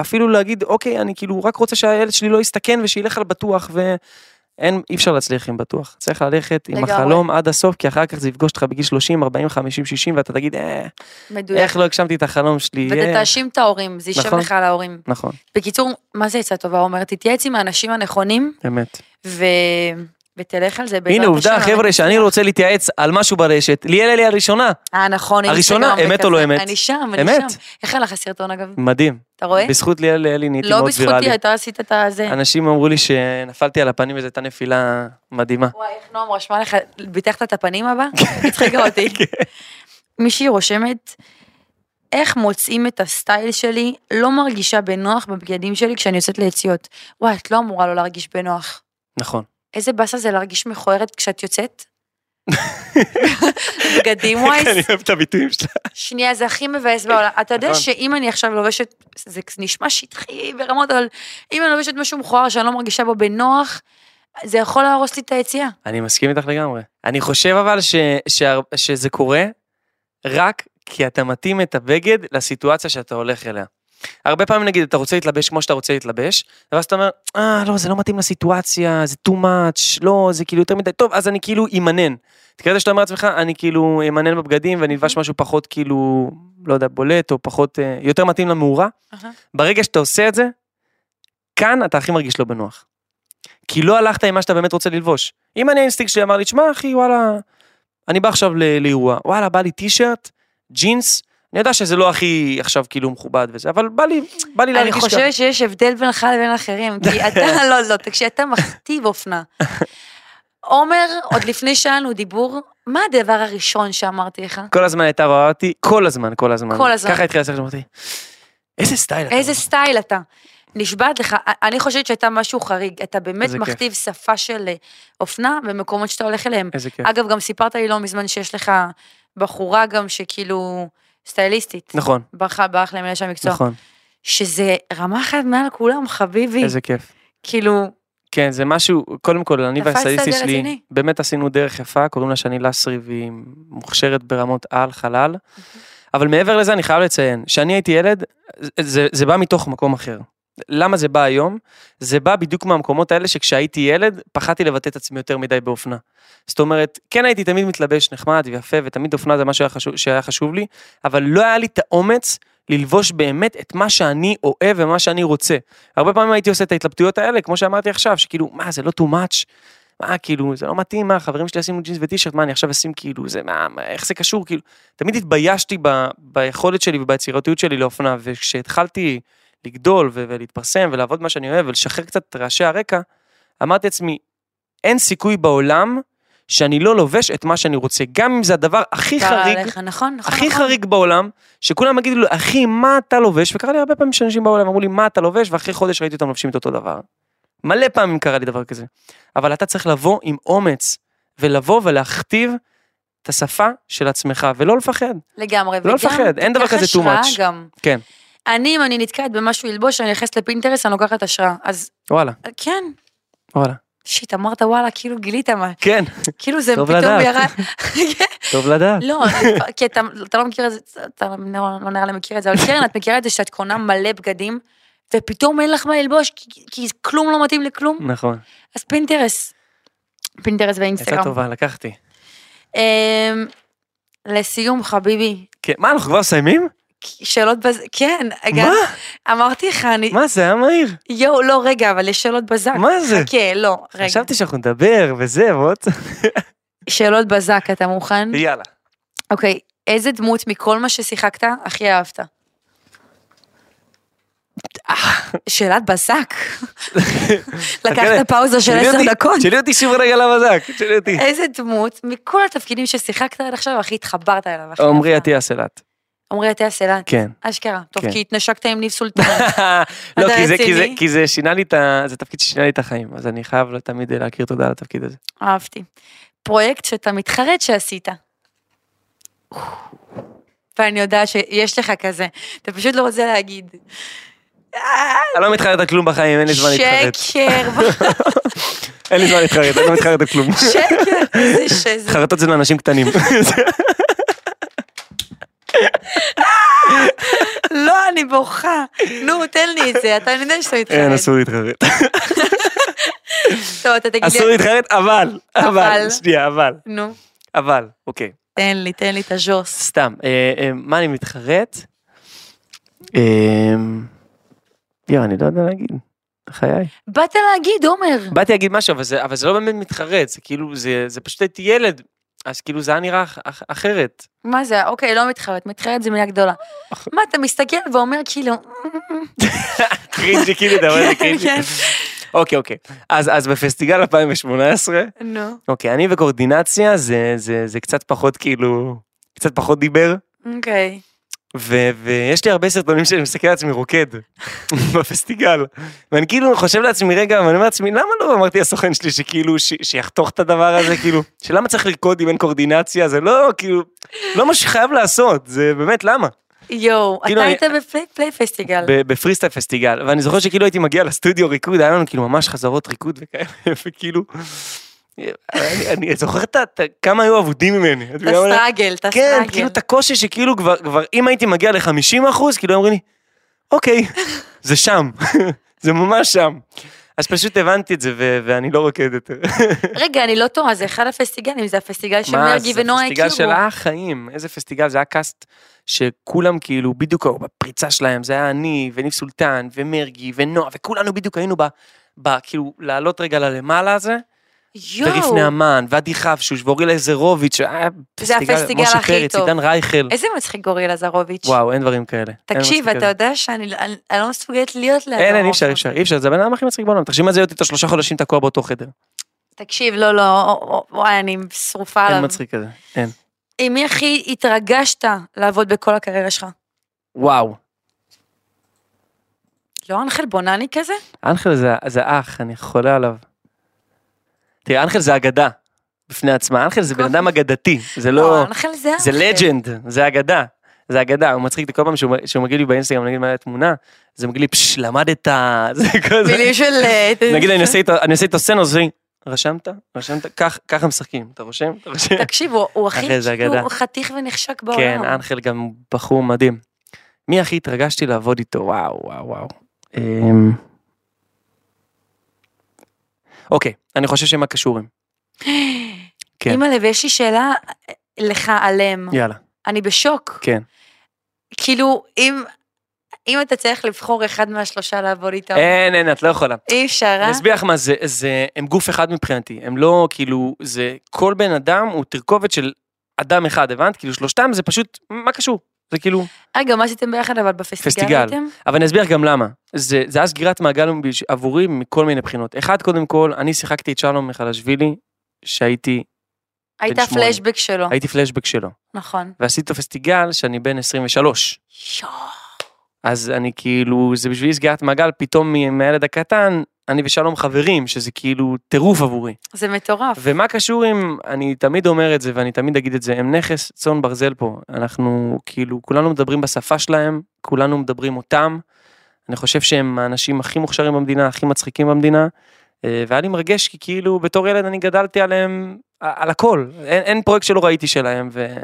Speaker 3: אפילו להגיד, אוקיי, אני כאילו רק רוצה שהילד שלי לא יסתכן ושילך על בטוח, ואין, אי אפשר להצליח עם בטוח. צריך ללכת עם
Speaker 2: לגמרי.
Speaker 3: החלום עד הסוף, כי אחר כך זה יפגוש אותך בגיל 30, 40, 50, 60, ואתה תגיד, אה,
Speaker 2: מדויק.
Speaker 3: איך לא הגשמתי את החלום שלי,
Speaker 2: ואתה
Speaker 3: אה.
Speaker 2: תאשים את ההורים, זה יישב
Speaker 3: נכון.
Speaker 2: לך על ההורים.
Speaker 3: נכון,
Speaker 2: בקיצור, מה זה עצה טובה, עומר? תתייעץ עם האנשים הנכונים,
Speaker 3: אמת.
Speaker 2: ו... ותלך על זה בעזרת
Speaker 3: הנה עובדה,
Speaker 2: השם.
Speaker 3: חבר'ה, שאני רוצה להתייעץ על משהו ברשת, ליאל אלי הראשונה.
Speaker 2: אה, נכון,
Speaker 3: הראשונה,
Speaker 2: אינסטגרם
Speaker 3: אמת או לא
Speaker 2: וכזה.
Speaker 3: אמת?
Speaker 2: אני שם, אני
Speaker 3: אמת.
Speaker 2: שם. איך הלך הסרטון, אגב?
Speaker 3: מדהים.
Speaker 2: אתה רואה?
Speaker 3: בזכות ליאל אלי נהייתי
Speaker 2: לא
Speaker 3: מאוד ויראלי.
Speaker 2: בזכותי, אתה עשית את הזה.
Speaker 3: אנשים אמרו לי שנפלתי על הפנים וזו הייתה נפילה מדהימה.
Speaker 2: וואי, איך נועם רשמה לך, ביטחת את הפנים
Speaker 3: (laughs)
Speaker 2: הבא?
Speaker 3: כן.
Speaker 2: הצחיקה אותי. מישהי רושמת, איך מוצאים את הסטייל שלי, לא מרגישה בנוח בבגדים שלי כשאני יוצאת ליציאות. וואי, את לא אמורה לא להרגיש בנוח.
Speaker 3: נכון.
Speaker 2: איזה באסה זה להרגיש מכוערת כשאת יוצאת?
Speaker 3: (laughs) כן.
Speaker 2: בגדים וואי,
Speaker 3: אוהב את הביטויים שלה.
Speaker 2: שנייה, זה הכי מבאס בעולם. אתה יודע
Speaker 3: נכון.
Speaker 2: שאם אני עכשיו לובשת, זה נשמע שטחי ברמות, אבל אם אני לובשת משהו מכוער שאני לא מרגישה בו בנוח, זה יכול להרוס לי את היציאה.
Speaker 3: אני מסכים איתך לגמרי. אני חושב אבל ש- שהר- שזה קורה רק כי אתה מתאים את הבגד לסיטואציה שאתה הולך אליה. הרבה פעמים נגיד אתה רוצה להתלבש כמו שאתה רוצה להתלבש, ואז אתה אומר, אה לא זה לא מתאים לסיטואציה, זה too much, לא זה כאילו יותר מדי, טוב אז אני כאילו אמנן. תקרא לזה שאתה אומר לעצמך, אני כאילו אמנן בבגדים ואני אלבש משהו פחות כאילו, לא יודע, בולט או פחות, אה, יותר מתאים למאורה. ברגע שאתה עושה את זה, כאן אתה הכי מרגיש לא בנוח. כי לא הלכת עם מה שאתה באמת רוצה ללבוש. אם אני האינסטינקט שלי אמר לי, תשמע אחי, וואלה, אני בא עכשיו ל- לאירוע, וואלה, בא לי טישרט, ג'ינס, אני יודע שזה לא הכי עכשיו כאילו מכובד וזה, אבל בא לי, בא לי
Speaker 2: אני
Speaker 3: להרגיש ככה.
Speaker 2: חושבת שיש הבדל בינך לבין אחרים,
Speaker 3: (laughs)
Speaker 2: כי אתה, לא, לא, תקשיב, אתה מכתיב אופנה. עומר, עוד לפני שהיה לנו דיבור, מה הדבר הראשון שאמרתי לך?
Speaker 3: כל הזמן הייתה רואה אותי, כל הזמן, כל הזמן.
Speaker 2: כל הזמן.
Speaker 3: ככה התחילה לעשות, אמרתי, איזה סטייל אתה.
Speaker 2: איזה סטייל אתה. נשבעת לך, אני חושבת שהייתה משהו חריג, אתה באמת
Speaker 3: איזה כיף.
Speaker 2: מכתיב שפה של אה, אופנה במקומות שאתה הולך אליהם.
Speaker 3: איזה כיף.
Speaker 2: אגב, גם סיפרת לי לא מזמן שיש לך בחורה גם שכאילו סטייליסטית.
Speaker 3: נכון,
Speaker 2: ברכה, ברח להם לאנשי המקצוע.
Speaker 3: נכון,
Speaker 2: שזה רמה אחת מעל כולם, חביבי.
Speaker 3: איזה כיף.
Speaker 2: כאילו,
Speaker 3: כן, זה משהו, קודם כל, אני
Speaker 2: תפסת
Speaker 3: והסטייליסטית
Speaker 2: את זה
Speaker 3: שלי,
Speaker 2: רציני.
Speaker 3: באמת עשינו דרך יפה, קוראים לה שני לסרי והיא מוכשרת ברמות על חלל.
Speaker 2: אוקיי.
Speaker 3: אבל מעבר לזה, אני חייב לציין, כשאני הייתי ילד, זה, זה בא מתוך מקום אחר. למה זה בא היום? זה בא בדיוק מהמקומות האלה שכשהייתי ילד, פחדתי לבטא את עצמי יותר מדי באופנה. זאת אומרת, כן הייתי תמיד מתלבש נחמד ויפה, ותמיד אופנה זה מה שהיה חשוב, שהיה חשוב לי, אבל לא היה לי את האומץ ללבוש באמת את מה שאני אוהב ומה שאני רוצה. הרבה פעמים הייתי עושה את ההתלבטויות האלה, כמו שאמרתי עכשיו, שכאילו, מה, זה לא too much? מה, כאילו, זה לא מתאים, מה, החברים שלי עשינו ג'ינס וטישרט, מה, אני עכשיו אשים כאילו, זה, מה, מה, איך זה קשור, כאילו, תמיד התביישתי ב, ביכולת שלי וביצירתיות שלי לאופנה, וכשהתחלתי לגדול ו- ולהתפרסם ולעבוד מה שאני אוהב ולשחרר קצת את רעשי הרקע, אמרתי לעצמי, אין סיכוי בעולם שאני לא לובש את מה שאני רוצה, גם אם זה הדבר הכי
Speaker 2: קרה
Speaker 3: חריג,
Speaker 2: עליך, נכון, נכון,
Speaker 3: הכי
Speaker 2: נכון.
Speaker 3: חריג בעולם, שכולם יגידו לי, אחי, מה אתה לובש? וקרה לי הרבה פעמים שאנשים באו אליי ואמרו לי, מה אתה לובש? ואחרי חודש ראיתי אותם לובשים את אותו דבר. מלא פעמים קרה לי דבר כזה. אבל אתה צריך לבוא עם אומץ, ולבוא ולהכתיב את השפה של עצמך, ולא לפחד.
Speaker 2: לגמרי.
Speaker 3: לא
Speaker 2: וגם
Speaker 3: לפחד, אין דבר
Speaker 2: תיקח
Speaker 3: כזה too
Speaker 2: השראה
Speaker 3: much.
Speaker 2: גם.
Speaker 3: כן.
Speaker 2: אני, אם אני נתקעת במשהו ללבוש, אני נכנסת לפינטרס, אני לוקחת השראה. אז
Speaker 3: וואלה,
Speaker 2: כן,
Speaker 3: וואלה.
Speaker 2: שיט, אמרת וואלה, כאילו גילית מה,
Speaker 3: כן,
Speaker 2: כאילו זה
Speaker 3: טוב
Speaker 2: פתאום
Speaker 3: לדעת.
Speaker 2: ירד.
Speaker 3: (laughs)
Speaker 2: כן.
Speaker 3: טוב לדעת.
Speaker 2: לא, כי אתה, אתה לא מכיר את זה, אתה לא, לא נראה לי מכיר את זה, אבל קרן, את מכירה את זה שאת קונה מלא בגדים, ופתאום אין לך מה ללבוש, כי, כי כלום לא מתאים לכלום? (laughs)
Speaker 3: נכון,
Speaker 2: אז פינטרס, פינטרס
Speaker 3: יצא
Speaker 2: ואינסטגרם.
Speaker 3: טובה, לקחתי.
Speaker 2: אמ, לסיום, חביבי,
Speaker 3: כן, מה, אנחנו כבר מסיימים?
Speaker 2: שאלות בז... כן, אגב, אמרתי לך, אני...
Speaker 3: מה זה היה מהיר?
Speaker 2: יואו, לא, רגע, אבל יש שאלות בזק.
Speaker 3: מה זה?
Speaker 2: חכה, לא, רגע.
Speaker 3: חשבתי שאנחנו נדבר וזה, ועוד...
Speaker 2: (laughs) שאלות בזק, אתה מוכן?
Speaker 3: יאללה.
Speaker 2: אוקיי, איזה דמות מכל מה ששיחקת הכי אהבת? אה, שאלת בזק. לקחת פאוזה של
Speaker 3: תשאלי
Speaker 2: עשר
Speaker 3: אותי-
Speaker 2: דקות.
Speaker 3: תשאלי אותי שוב רגע לבזק, תשאלי אותי.
Speaker 2: איזה דמות מכל התפקידים ששיחקת עד עכשיו הכי התחברת אליו? הכי
Speaker 3: עמרי
Speaker 2: אהבת?
Speaker 3: אטיאס אילת.
Speaker 2: עמרי אטיאס אילת.
Speaker 3: כן.
Speaker 2: אשכרה. טוב,
Speaker 3: כן.
Speaker 2: כי התנשקת עם ניב סולטן.
Speaker 3: (laughs) לא,
Speaker 2: אתה
Speaker 3: כי זה- כי זה-
Speaker 2: רציני?
Speaker 3: כי זה שינה לי את ה... זה תפקיד ששינה לי את החיים, אז אני חייב לא תמיד להכיר תודה על התפקיד הזה.
Speaker 2: אהבתי. פרויקט שאתה מתחרט שעשית. ואני יודעת שיש לך כזה, אתה פשוט לא רוצה להגיד.
Speaker 3: אני לא מתחרט על כלום בחיים, אין לי זמן להתחרט.
Speaker 2: שקר,
Speaker 3: אין לי זמן להתחרט, אני לא מתחרט על
Speaker 2: (laughs)
Speaker 3: כלום.
Speaker 2: שקר, זה שזה.
Speaker 3: חרטות זה לאנשים
Speaker 2: (laughs)
Speaker 3: קטנים.
Speaker 2: לא, אני בוכה. נו, תן לי את זה, אתה אני יודע שאתה
Speaker 3: אין,
Speaker 2: מתחרט.
Speaker 3: אסור להתחרט.
Speaker 2: טוב, אתה תגיד
Speaker 3: אסור
Speaker 2: לי...
Speaker 3: להתחרט, אבל,
Speaker 2: אבל.
Speaker 3: אבל, שנייה, אבל,
Speaker 2: נו,
Speaker 3: אבל, אוקיי.
Speaker 2: תן לי, תן לי את הז'וס.
Speaker 3: סתם, אה, אה, מה אני מתחרט? אה, יואו, אני לא יודע להגיד, חיי.
Speaker 2: באת להגיד, עומר.
Speaker 3: באתי להגיד משהו, אבל זה, אבל זה לא באמת מתחרט, זה כאילו, זה, זה פשוט הייתי ילד, אז כאילו זה היה נראה אח, אח, אחרת.
Speaker 2: מה זה, אוקיי, לא מתחרט, מתחרט זה מילה גדולה. מה, אתה מסתכל ואומר כאילו...
Speaker 3: (laughs) קרינג'י, כאילו, אתה אומר, זה קרינג'י.
Speaker 2: כן,
Speaker 3: (laughs) אוקיי, אוקיי. אז, אז בפסטיגל 2018,
Speaker 2: נו,
Speaker 3: אוקיי, אני וקורדינציה זה, זה, זה קצת פחות כאילו, קצת פחות דיבר,
Speaker 2: אוקיי.
Speaker 3: ו, ויש לי הרבה סרטונים שאני מסתכל על עצמי רוקד (laughs) בפסטיגל. ואני כאילו חושב לעצמי רגע, ואני אומר לעצמי, למה לא אמרתי לסוכן שלי שכאילו, ש, שיחתוך את הדבר הזה, (laughs) כאילו, שלמה צריך לרקוד אם אין קורדינציה, זה לא, כאילו, לא מה שחייב לעשות, זה באמת, למה?
Speaker 2: יואו,
Speaker 3: כאילו,
Speaker 2: אתה
Speaker 3: אני-
Speaker 2: היית בפליי פסטיגל.
Speaker 3: ב- בפריסטייל פסטיגל, ואני זוכר שכאילו הייתי מגיע לסטודיו ריקוד, היה לנו כאילו ממש חזרות ריקוד וכאלה, (laughs) וכאילו, אה, אני- אני זוכר את ה- את ה- כמה היו אבודים ממני. את
Speaker 2: את
Speaker 3: מבינה מה אני-
Speaker 2: הסטראגל, את
Speaker 3: כן,
Speaker 2: הסטראגל.
Speaker 3: כאילו את הקושי שכאילו כבר, כבר אם הייתי מגיע ל-50 אחוז, כאילו אומרים לי, אוקיי, זה שם, (laughs) זה ממש שם. אז פשוט הבנתי את זה, ו- ואני לא רוקד יותר.
Speaker 2: (laughs) רגע, אני לא טועה, זה אחד הפסטיגלים, זה הפסטיגל של מרגי ונועה כאילו.
Speaker 3: פסטיגל של
Speaker 2: הכירו.
Speaker 3: החיים, איזה פסטיגל, זה היה קאסט שכולם כאילו בדיוק היו בפריצה שלהם, זה היה אני וניב סולטן ומרגי ונועה, וכולנו בדיוק היינו ב... ב כאילו לעלות רגע ללמעלה הזה, וריף
Speaker 2: יואו,
Speaker 3: נאמן, ועדי חבשוש, ואוריל עזרוביץ', היה
Speaker 2: הפסטיגל
Speaker 3: משה
Speaker 2: הכי
Speaker 3: פרץ,
Speaker 2: טוב.
Speaker 3: עידן רייכל,
Speaker 2: איזה מצחיק גורי לזרוביץ'.
Speaker 3: וואו, אין דברים כאלה. אין
Speaker 2: תקשיב,
Speaker 3: מצחיק
Speaker 2: אתה
Speaker 3: כזה.
Speaker 2: יודע שאני אני- אני לא מסוגלת להיות ליד
Speaker 3: אין, אין, אי
Speaker 2: הרוב
Speaker 3: אפשר, אי
Speaker 2: הזה.
Speaker 3: אפשר, אי אפשר, זה הבן אדם הכי מצחיק בעולם. תחשבי מה זה להיות איתו שלושה חודשים תקוע באותו חדר.
Speaker 2: תקשיב, לא, לא, או- או- וואי, אני שרופה
Speaker 3: אין
Speaker 2: עליו.
Speaker 3: מצחיק כזה, אין.
Speaker 2: עם מי הכי התרגשת לעבוד בכל הקריירה שלך?
Speaker 3: וואו.
Speaker 2: לא אנחל בונני כזה?
Speaker 3: אנחל זה, זה אח, אני חולה עליו. תראה, אנחל זה אגדה בפני עצמה, אנחל זה בן אדם אגדתי, זה לא...
Speaker 2: אוקיי. אנחל זה
Speaker 3: זה
Speaker 2: אנחל.
Speaker 3: לג'נד, זה אגדה. זה אגדה, הוא מצחיק אותי כל פעם שהוא שהוא מגיע לי באינסטגרם, נגיד מה התמונה, אז הוא מגיע לי, פשש, למדת, (laughs) זה כזה.
Speaker 2: מילים של... אה,
Speaker 3: (laughs) נגיד אני עושה איתו- אני עושה איתו סצנה, אז הוא עושה לי, רשמת? רשמת? כך- ככה משחקים, אתה רושם? אתה רושם?
Speaker 2: תקשיב, הוא- הוא הכי
Speaker 3: אחי, זה
Speaker 2: כאילו,
Speaker 3: אגדה.
Speaker 2: הוא חתיך ונחשק (gasps)
Speaker 3: כן,
Speaker 2: בעולם.
Speaker 3: אנחל גם בחור מדהים. מי הכי התרגשתי לעבוד איתו? וואו, וואו, וואו. אמ, אוקיי, אני חושב שהם הקשורים. כן.
Speaker 2: אימא'לה, ויש לי שאלה אה, לך עליהם.
Speaker 3: יאללה,
Speaker 2: אני בשוק.
Speaker 3: כן.
Speaker 2: כאילו, אם, אם אתה צריך לבחור אחד מהשלושה לעבוד איתם,
Speaker 3: אין, אין, את לא יכולה.
Speaker 2: אי אפשר,
Speaker 3: אני
Speaker 2: אה?
Speaker 3: אסביר לך מה זה, זה, הם גוף אחד מבחינתי, הם לא כאילו, זה, כל בן אדם הוא תרכובת של אדם אחד, הבנת? כאילו שלושתם זה פשוט, מה קשור? זה כאילו,
Speaker 2: רגע, מה עשיתם ביחד אבל בפסטיגל
Speaker 3: פסטיגל.
Speaker 2: הייתם?
Speaker 3: אבל אני אסביר לך גם למה. זה, זה היה סגירת מעגל בש- עבורי מכל מיני בחינות. אחד, קודם כל, אני שיחקתי את שלום מיכלשווילי, שהייתי,
Speaker 2: הייתה
Speaker 3: שמונה.
Speaker 2: פלשבק שלו,
Speaker 3: הייתי פלשבק שלו,
Speaker 2: נכון.
Speaker 3: ועשיתי את הפסטיגל שאני בן 23.
Speaker 2: שו,
Speaker 3: אז אני כאילו, זה בשבילי סגירת מעגל, פתאום מ- מהילד הקטן, אני ושלום חברים, שזה כאילו טירוף עבורי.
Speaker 2: זה מטורף.
Speaker 3: ומה קשור אם, אני תמיד אומר את זה ואני תמיד אגיד את זה, הם נכס צאן ברזל פה. אנחנו כאילו, כולנו מדברים בשפה שלהם, כולנו מדברים אותם. אני חושב שהם האנשים הכי מוכשרים במדינה, הכי מצחיקים במדינה. אה, והיה לי מרגש כי כאילו בתור ילד אני גדלתי עליהם, ע- על הכל. אין, אין פרויקט שלא ראיתי שלהם, וזה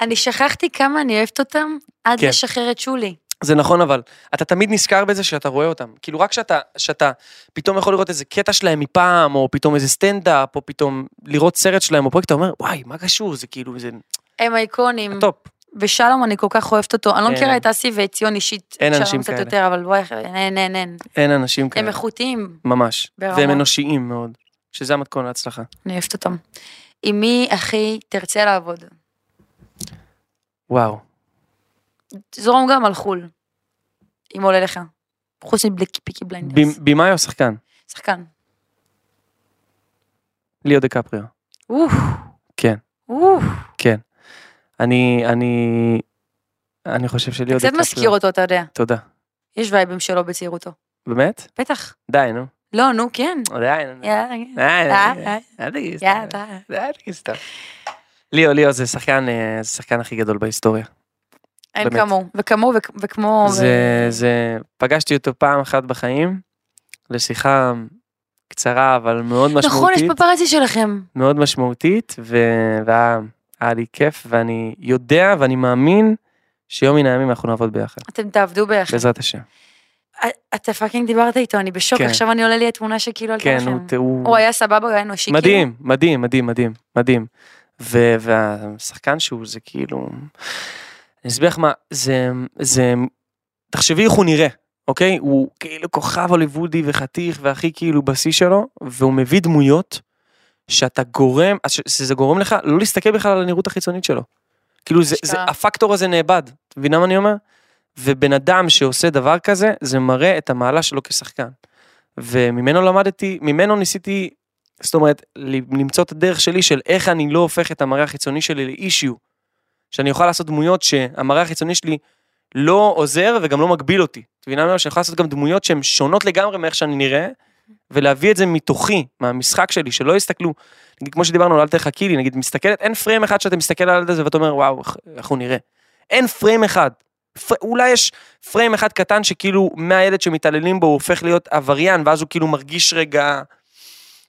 Speaker 2: אני שכחתי כמה אני אוהבת אותם עד
Speaker 3: כן.
Speaker 2: לשחרר את שולי.
Speaker 3: נכון אבל, אתה תמיד נזכר בזה שאתה רואה אותם. כאילו רק שאתה, שאתה פתאום יכול לראות איזה קטע שלהם מפעם, או פתאום איזה סטנדאפ, או פתאום לראות סרט שלהם, או פרויקט, אתה אומר, וואי, מה קשור? זה כאילו, זה
Speaker 2: הם אייקונים,
Speaker 3: טופ.
Speaker 2: ושלום אני כל כך אוהבת אותו, אני לא
Speaker 3: אין.
Speaker 2: מכירה את אסי ואת ציון אישית,
Speaker 3: כן. אין
Speaker 2: שלום
Speaker 3: אנשים
Speaker 2: קצת
Speaker 3: כאלה. אוקיי.
Speaker 2: יותר, אבל וואי, אין, אין, אין,
Speaker 3: אין אנשים כאלה.
Speaker 2: הם איכותיים,
Speaker 3: ממש.
Speaker 2: ברמה.
Speaker 3: והם אנושיים מאוד. שזה המתכון להצלחה.
Speaker 2: אני אוהבת אותם. עם מי הכי תרצה לעבוד?
Speaker 3: וואו.
Speaker 2: זרום גם על חו"ל, אם עולה לך. חוץ מבליקי פיקי בליינדרס.
Speaker 3: ב- במאי או שחקן?
Speaker 2: שחקן.
Speaker 3: ליאו דקפריו.
Speaker 2: אוף,
Speaker 3: כן,
Speaker 2: אוף.
Speaker 3: כן. אני, אני, אני חושב שליאו
Speaker 2: קצת
Speaker 3: דקפריו.
Speaker 2: מזכיר אותו, אתה יודע.
Speaker 3: תודה.
Speaker 2: יש וייבים שלו בצעירותו.
Speaker 3: באמת?
Speaker 2: בטח.
Speaker 3: די, נו.
Speaker 2: לא, נו, כן.
Speaker 3: די, נו.
Speaker 2: יאללה,
Speaker 3: די, נו.
Speaker 2: יאללה,
Speaker 3: אל תגיד סתם.
Speaker 2: אה? יאללה.
Speaker 3: אל תגיד סתם. ליאו, ליאו זה שחקן, אה, זה השחקן הכי גדול בהיסטוריה.
Speaker 2: אין
Speaker 3: באמת.
Speaker 2: כמוהו, וכמוהו, וכ- וכמו...
Speaker 3: זה, זה, פגשתי אותו פעם אחת בחיים, לשיחה קצרה אבל מאוד משמעותית.
Speaker 2: נכון, יש פפרצי שלכם.
Speaker 3: מאוד משמעותית, ו- והיה היה לי כיף, ואני יודע ואני מאמין שיום מן הימים אנחנו נעבוד ביחד,
Speaker 2: אתם תעבדו ביחד.
Speaker 3: בעזרת השם.
Speaker 2: א- אתה פאקינג דיברת איתו, אני בשוק,
Speaker 3: כן.
Speaker 2: עכשיו אני עולה לי התמונה שכאילו עלתה
Speaker 3: כן,
Speaker 2: לכם.
Speaker 3: הוא, הוא,
Speaker 2: הוא היה סבבה, הוא היה אנושי. כאילו.
Speaker 3: מדהים, מדהים, מדהים, מדהים, מדהים. ו- והשחקן שהוא זה כאילו, אני אסביר לך מה, זה, זה, תחשבי איך הוא נראה, אוקיי? הוא כאילו כוכב הוליוודי וחתיך והכי כאילו בשיא שלו, והוא מביא דמויות שאתה גורם, אז ש- שזה גורם לך לא להסתכל בכלל על הנראות החיצונית שלו. כאילו זה, זה,
Speaker 2: אשכרה.
Speaker 3: הפקטור הזה נאבד, את מבינה מה אני אומר? ובן אדם שעושה דבר כזה, זה מראה את המעלה שלו כשחקן. וממנו למדתי, ממנו ניסיתי, זאת אומרת, ל- למצוא את הדרך שלי של איך אני לא הופך את המראה החיצוני שלי לאישיו. שאני אוכל לעשות דמויות שהמראה החיצוני שלי לא עוזר וגם לא מגביל אותי. את מבינה מה? שאני יכול לעשות גם דמויות שהן שונות לגמרי מאיך שאני נראה, ולהביא את זה מתוכי, מהמשחק שלי, שלא יסתכלו, נגיד כמו שדיברנו, על אל תחכי לי, נגיד מסתכלת, אין פריים אחד שאתה מסתכל על הילד הזה ואתה אומר, וואו, איך- איך הוא נראה. אין פריים אחד. פר... אולי יש פריים אחד קטן שכאילו מהילד שמתעללים בו הוא הופך להיות עבריין, ואז הוא כאילו מרגיש רגע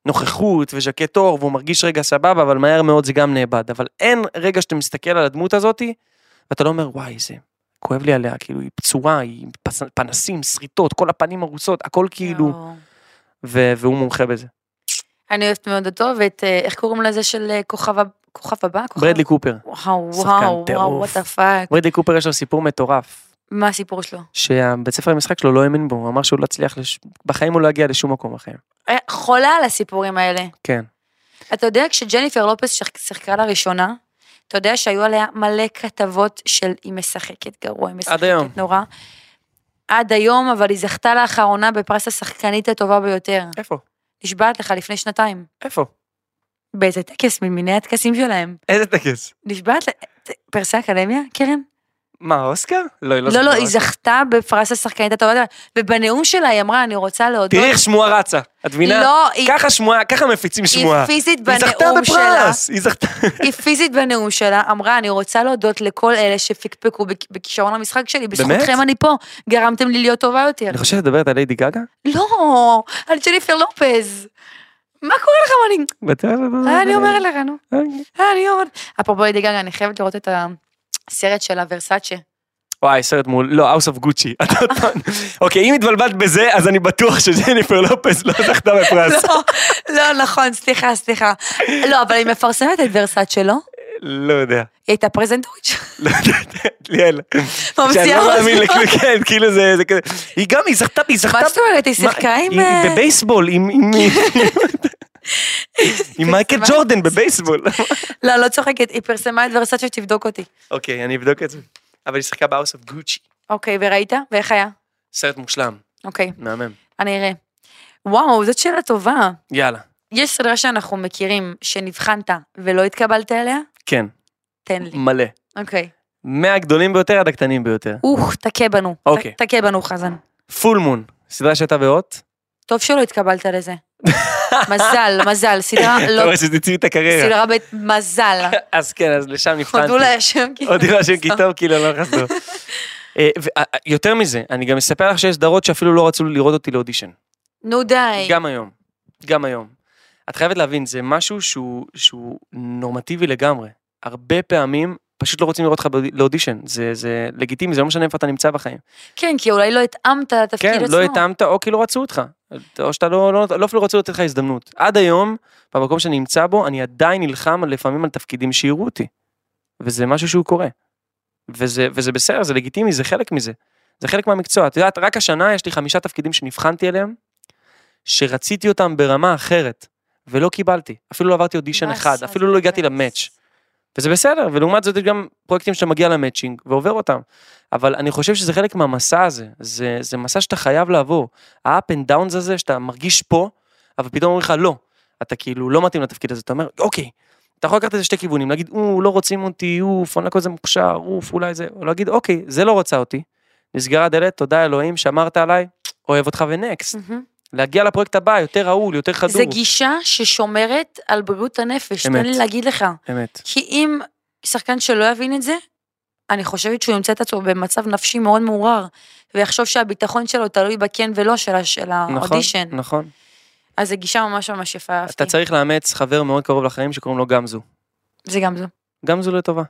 Speaker 3: נוכחות וז'קט אור, והוא מרגיש רגע סבבה, אבל מהר מאוד זה גם נאבד. אבל אין רגע שאתה מסתכל על הדמות הזאתי, ואתה לא אומר, וואי, זה כואב לי עליה, כאילו, היא פצורה, היא עם פס... פנסים, שריטות, כל הפנים הרוסות, הכל כאילו...
Speaker 2: יואו.
Speaker 3: ו- והוא מומחה בזה.
Speaker 2: לא. אני אוהבת מאוד אותו, ואת, אה, איך קוראים לזה של אה, כוכב הב- כוכב הבא? כוכב-
Speaker 3: ברדלי קופר.
Speaker 2: וואו,
Speaker 3: שחקן
Speaker 2: וואו, וואו,
Speaker 3: טירוף.
Speaker 2: וואטה פאק.
Speaker 3: ברדלי קופר יש לו סיפור מטורף,
Speaker 2: מה הסיפור שלו?
Speaker 3: שהבית ספר המשחק שלו לא האמין בו, הוא אמר שהוא לא הצליח, לש... בחיים הוא לא יגיע לשום מקום בחיים.
Speaker 2: אה, חולה על הסיפורים האלה.
Speaker 3: כן.
Speaker 2: אתה יודע, כשג'ניפר לופס שח- שיחקה לראשונה, אתה יודע שהיו עליה מלא כתבות של היא משחקת גרוע, היא משחקת
Speaker 3: היום.
Speaker 2: נורא. עד היום, אבל היא זכתה לאחרונה בפרס השחקנית הטובה ביותר.
Speaker 3: איפה?
Speaker 2: נשבעת לך לפני שנתיים.
Speaker 3: איפה?
Speaker 2: באיזה טקס ממיני הטקסים שלהם.
Speaker 3: איזה טקס?
Speaker 2: נשבעת ל... פרסי אקדמיה, קרן?
Speaker 3: מה, אוסקר? לא, היא לא
Speaker 2: לא, לא, היא זכתה בפרס השחקנית הטובה ביותר. ובנאום שלה היא אמרה, אני רוצה להודות.
Speaker 3: תראי איך שמועה רצה, את מבינה?
Speaker 2: לא, היא-
Speaker 3: ככה שמועה, ככה מפיצים
Speaker 2: היא
Speaker 3: שמועה.
Speaker 2: פיזית
Speaker 3: היא זכתה
Speaker 2: בנאום שלה. כן.
Speaker 3: בפרס, היא זכתה.
Speaker 2: היא פיזית בנאום שלה אמרה, אני רוצה להודות לכל אלה שפקפקו בכ- בכישרון המשחק שלי, בזכותכם אני פה, גרמתם לי להיות טובה יותר.
Speaker 3: אני חושב שאת מדברת על ליידי גגה?
Speaker 2: לא, על ג'ניפר לופז. מה קורה לך, מה אני... אה, אני אומרת לך, נו. אה, אני אומרת... אפרופו לידי גגה, אני חייבת לראות את הסרט שלה, ורסאצ'ה.
Speaker 3: וואי, סרט מול, לא, House of Gucci. (laughs) את עוד פעם. אוקיי, אם התבלבלת בזה, אז אני בטוח שג'ניפר לופס לא זכתה בפרס.
Speaker 2: לא, לא, נכון, סליחה, סליחה. לא, אבל היא מפרסמת את ורסאצ'ה, לא?
Speaker 3: לא יודע.
Speaker 2: היא הייתה פרזנטורית שלך,
Speaker 3: לא יודע, ליאל. שאני
Speaker 2: ממציאה
Speaker 3: לא מאמין
Speaker 2: רעיונות.
Speaker 3: לכלום, כן, כאילו זה זה כזה. היא גם, היא זכתה, היא זכתה.
Speaker 2: מה זאת אומרת, היא
Speaker 3: מה,
Speaker 2: שיחקה עם...
Speaker 3: היא
Speaker 2: אה, כן.
Speaker 3: בבייסבול, עם... עם-
Speaker 2: (laughs)
Speaker 3: עם מייקל
Speaker 2: פרסמה-
Speaker 3: ג'ורדן בבייסבול.
Speaker 2: לא, לא צוחקת, היא פרסמה את ורסצ'ה, תבדוק אותי.
Speaker 3: (laughs) אוקיי, אני אבדוק את זה. אבל היא שיחקה ב-house of Gucci.
Speaker 2: אוקיי, וראית? ואיך היה?
Speaker 3: סרט מושלם,
Speaker 2: אוקיי,
Speaker 3: מהמם.
Speaker 2: אני אראה. וואו, זאת שאלה טובה.
Speaker 3: יאללה.
Speaker 2: יש סדרה שאנחנו מכירים, שנבחנת ולא התקבלת אליה?
Speaker 3: כן,
Speaker 2: תן לי.
Speaker 3: מלא.
Speaker 2: אוקיי.
Speaker 3: מהגדולים ביותר עד הקטנים ביותר.
Speaker 2: אוח, תכה בנו. ת-
Speaker 3: אוקיי.
Speaker 2: תכה בנו, חזן.
Speaker 3: פול מון, סדרה שהייתה בהוט.
Speaker 2: טוב שלא התקבלת לזה. מזל,
Speaker 3: (laughs)
Speaker 2: מזל, סדרה
Speaker 3: אתה
Speaker 2: לא...
Speaker 3: רואה שזה הציל את הקריירה.
Speaker 2: סדרה ב... מזל.
Speaker 3: (laughs) אז כן, אז לשם נבחנתי.
Speaker 2: הודו לה שם כאילו.
Speaker 3: עוד דירה של כיתוב, כאילו, לא נכנסנו. אה, ו- אה, אה, יותר מזה, אני גם אספר לך שיש סדרות שאפילו לא רצו לראות אותי לאודישן.
Speaker 2: נו די.
Speaker 3: גם היום. גם היום. את חייבת להבין, זה משהו שהוא, שהוא נורמטיבי לגמרי. הרבה פעמים פשוט לא רוצים לראות אותך באוד- לאודישן. זה, זה לגיטימי, זה לא משנה איפה אתה נמצא בחיים.
Speaker 2: כן, כי אולי לא התאמת לתפקיד
Speaker 3: כן,
Speaker 2: עצמו.
Speaker 3: לא התאמת, או כי לא רצו אותך. או שאתה לא, לא, לא אפילו רצו לתת לך הזדמנות. עד היום, במקום שאני נמצא בו, אני עדיין נלחם על- לפעמים על תפקידים שיראו אותי. וזה משהו שהוא קורה. וזה, וזה בסדר, זה לגיטימי, זה חלק מזה. זה חלק מהמקצוע. את יודעת, רק השנה יש לי חמישה תפקידים שנבחנתי אליהם, שרציתי אותם ברמה אחרת, ולא קיבלתי. אפילו לא עברתי אודישן אחד,
Speaker 2: באסה,
Speaker 3: אפילו לא הגעתי
Speaker 2: באסה.
Speaker 3: למאץ'. וזה בסדר, ולעומת זאת יש גם פרויקטים שאתה מגיע למאצ'ינג ועובר אותם. אבל אני חושב שזה חלק מהמסע הזה, זה, זה מסע שאתה חייב לעבור. ה-up and downs הזה שאתה מרגיש פה, אבל פתאום אומרים לך לא, אתה כאילו לא מתאים לתפקיד הזה, אתה אומר אוקיי, אתה יכול לקחת את זה שתי כיוונים, להגיד או לא רוצים אותי, או פונלקו זה מוכשר, אוף אולי זה, או להגיד אוקיי, זה לא רוצה אותי, נסגרה הדלת, תודה אלוהים, שמרת עליי, אוהב אותך
Speaker 2: (laughs)
Speaker 3: ונקסט.
Speaker 2: מהמם.
Speaker 3: להגיע לפרויקט הבא, יותר ראול, יותר חדור.
Speaker 2: זה גישה ששומרת על בריאות הנפש, תן
Speaker 3: אמת.
Speaker 2: לי להגיד לך.
Speaker 3: אמת.
Speaker 2: כי אם שחקן שלא יבין את זה, אני חושבת שהוא ימצא את עצמו במצב נפשי מאוד מעורער, ויחשוב שהביטחון שלו תלוי בכן ולא של ה- של
Speaker 3: נכון,
Speaker 2: האודישן.
Speaker 3: נכון.
Speaker 2: אז זו גישה ממש ממש יפה, אהבתי.
Speaker 3: אתה צריך לאמץ חבר מאוד קרוב לחיים שקוראים לו גמזו.
Speaker 2: זה גם זו.
Speaker 3: גמזו לטובה.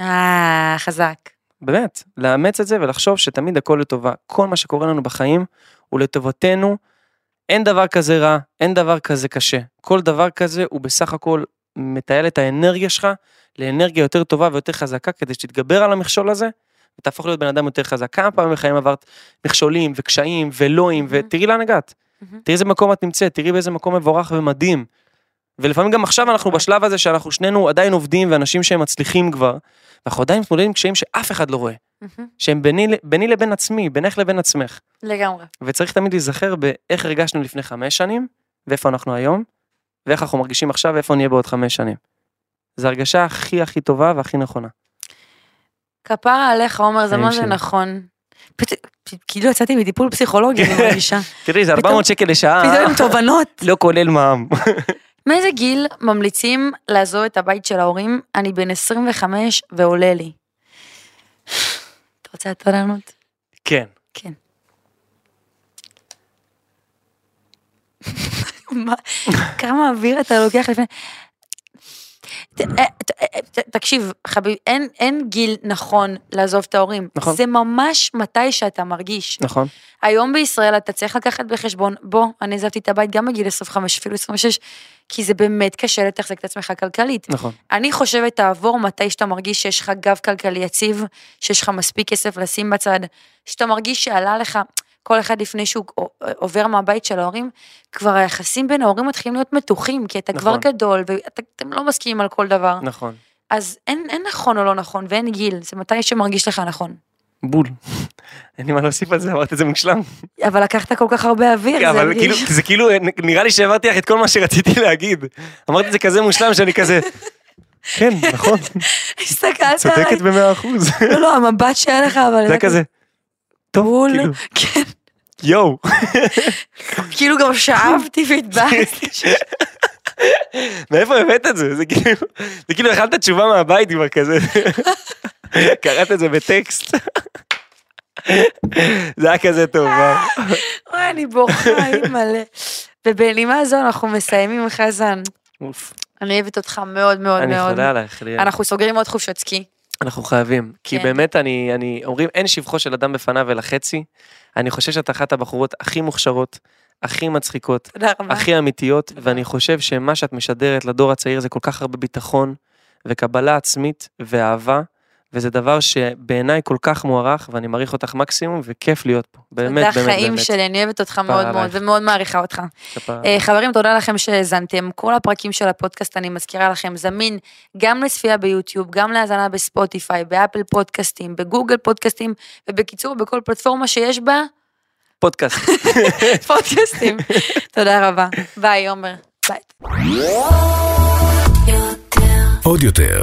Speaker 2: אה, חזק.
Speaker 3: באמת, לאמץ את זה ולחשוב שתמיד הכל לטובה. כל מה שקורה לנו בחיים הוא לטובתנו. אין דבר כזה רע, אין דבר כזה קשה. כל דבר כזה הוא בסך הכל מטייל את האנרגיה שלך לאנרגיה יותר טובה ויותר חזקה כדי שתתגבר על המכשול הזה ותהפוך להיות בן אדם יותר חזק. כמה פעמים בחיים עברת מכשולים וקשיים ולואים
Speaker 2: מהמם.
Speaker 3: ותראי לאן הגעת.
Speaker 2: מהמם.
Speaker 3: תראי איזה מקום את נמצאת, תראי באיזה מקום מבורך ומדהים. ולפעמים גם עכשיו אנחנו בשלב הזה שאנחנו שנינו עדיין עובדים ואנשים שהם מצליחים כבר, ואנחנו עדיין מתמודדים עם קשיים שאף אחד לא רואה.
Speaker 2: מהמם.
Speaker 3: שהם ביני, ביני לבין עצמי, בינך לבין עצמך.
Speaker 2: לגמרי.
Speaker 3: וצריך תמיד להיזכר באיך הרגשנו לפני חמש שנים, ואיפה אנחנו היום, ואיך אנחנו מרגישים עכשיו, ואיפה נהיה בעוד חמש שנים. זו הרגשה הכי הכי טובה והכי נכונה.
Speaker 2: כפרה עליך, עומר, זה
Speaker 3: חיים
Speaker 2: מה זה
Speaker 3: שלי.
Speaker 2: נכון. פת- פ- כאילו יצאתי מטיפול פסיכולוגי,
Speaker 3: (laughs)
Speaker 2: אני מרגישה.
Speaker 3: תראי, זה
Speaker 2: פתאום-
Speaker 3: 400 שקל לשעה,
Speaker 2: פתאום עם תובנות.
Speaker 3: לא כולל מע"מ.
Speaker 2: מאיזה גיל ממליצים לעזוב את הבית של ההורים? אני בן 25 ועולה לי. (sighs) אתה רוצה לתת לענות?
Speaker 3: כן.
Speaker 2: כן. (laughs) מה- כמה אוויר אתה לוקח לפני... ת- אה, ת- אה, ת- תקשיב, חביב, אין, אין גיל נכון לעזוב את ההורים.
Speaker 3: נכון.
Speaker 2: זה ממש מתי שאתה מרגיש.
Speaker 3: נכון.
Speaker 2: היום בישראל אתה צריך לקחת בחשבון, בוא, אני עזבתי את הבית גם בגיל 25, אפילו 26, כי זה באמת קשה לתחזק את עצמך כלכלית.
Speaker 3: נכון.
Speaker 2: אני חושבת, תעבור מתי שאתה מרגיש שיש לך גב כלכלי יציב, שיש לך מספיק כסף לשים בצד, שאתה מרגיש שעלה לך, כל אחד לפני שהוא אה, עובר מהבית של ההורים, כבר היחסים בין ההורים מתחילים להיות מתוחים, כי אתה כבר
Speaker 3: נכון.
Speaker 2: גדול, ואתם לא מסכימים על כל דבר.
Speaker 3: נכון.
Speaker 2: אז אין, אין נכון או לא נכון, ואין גיל, זה מתי שמרגיש לך נכון.
Speaker 3: בול. (laughs) אין לי מה להוסיף על זה, אמרת את זה
Speaker 2: (laughs)
Speaker 3: מושלם.
Speaker 2: אבל לקחת כל כך הרבה אוויר, זה
Speaker 3: אבל
Speaker 2: הרגיש-
Speaker 3: כאילו, זה כאילו, נראה לי שהעברתי לך את כל מה שרציתי להגיד. אמרת את זה כזה מושלם שאני
Speaker 2: (laughs)
Speaker 3: כזה, כן, נכון,
Speaker 2: (laughs) הסתכלת עליי.
Speaker 3: צודקת במאה
Speaker 2: (laughs)
Speaker 3: אחוז.
Speaker 2: לא, לא, המבט שהיה לך, אבל...
Speaker 3: זה היה כזה, טוב,
Speaker 2: בול.
Speaker 3: כאילו,
Speaker 2: כן,
Speaker 3: יואו.
Speaker 2: כאילו גם שאבתי
Speaker 3: (laughs)
Speaker 2: והתבאסתי.
Speaker 3: מאיפה הבאת את זה? זה כאילו, זה כאילו אכלת תשובה מהבית כבר כזה. קראת את זה בטקסט. זה היה כזה טוב, אה? וואו.
Speaker 2: וואי, אני בוכה, אימא'לה. ובנימה זו אנחנו מסיימים, חזן.
Speaker 3: אוף,
Speaker 2: אני אוהבת אותך מאוד מאוד
Speaker 3: אני
Speaker 2: מאוד.
Speaker 3: חולה עלייך, ליאל.
Speaker 2: אנחנו סוגרים עוד חופשות סקי.
Speaker 3: אנחנו חייבים, כי
Speaker 2: כן.
Speaker 3: באמת אני, אני, אומרים אין שבחו של אדם בפניו אלא חצי. אני חושב שאת אחת הבחורות הכי מוכשרות, הכי מצחיקות,
Speaker 2: תודה רבה.
Speaker 3: הכי אמיתיות, ואני חושב שמה שאת משדרת לדור הצעיר זה כל כך הרבה ביטחון וקבלה עצמית ואהבה, וזה דבר שבעיניי כל כך מוערך, ואני מעריך אותך מקסימום, וכיף להיות פה. באמת, באמת,
Speaker 2: זה החיים
Speaker 3: באמת.
Speaker 2: שלי, אני אוהבת אותך מאוד מאוד,
Speaker 3: עלייך.
Speaker 2: ומאוד מעריכה אותך.
Speaker 3: כפרה.
Speaker 2: אה, חברים, תודה לכם שהאזנתם. כל הפרקים של הפודקאסט, אני מזכירה לכם, זמין גם לצפייה ביוטיוב, גם להאזנה בספוטיפיי, באפל פודקאסטים, בגוגל פודקאסטים, ובקיצור, בכל פלטפורמה שיש
Speaker 3: (laughs)
Speaker 2: בה
Speaker 3: פודקאסט.
Speaker 2: פודקאסטים. תודה רבה. ביי, עומר. ביי.
Speaker 1: עוד יותר,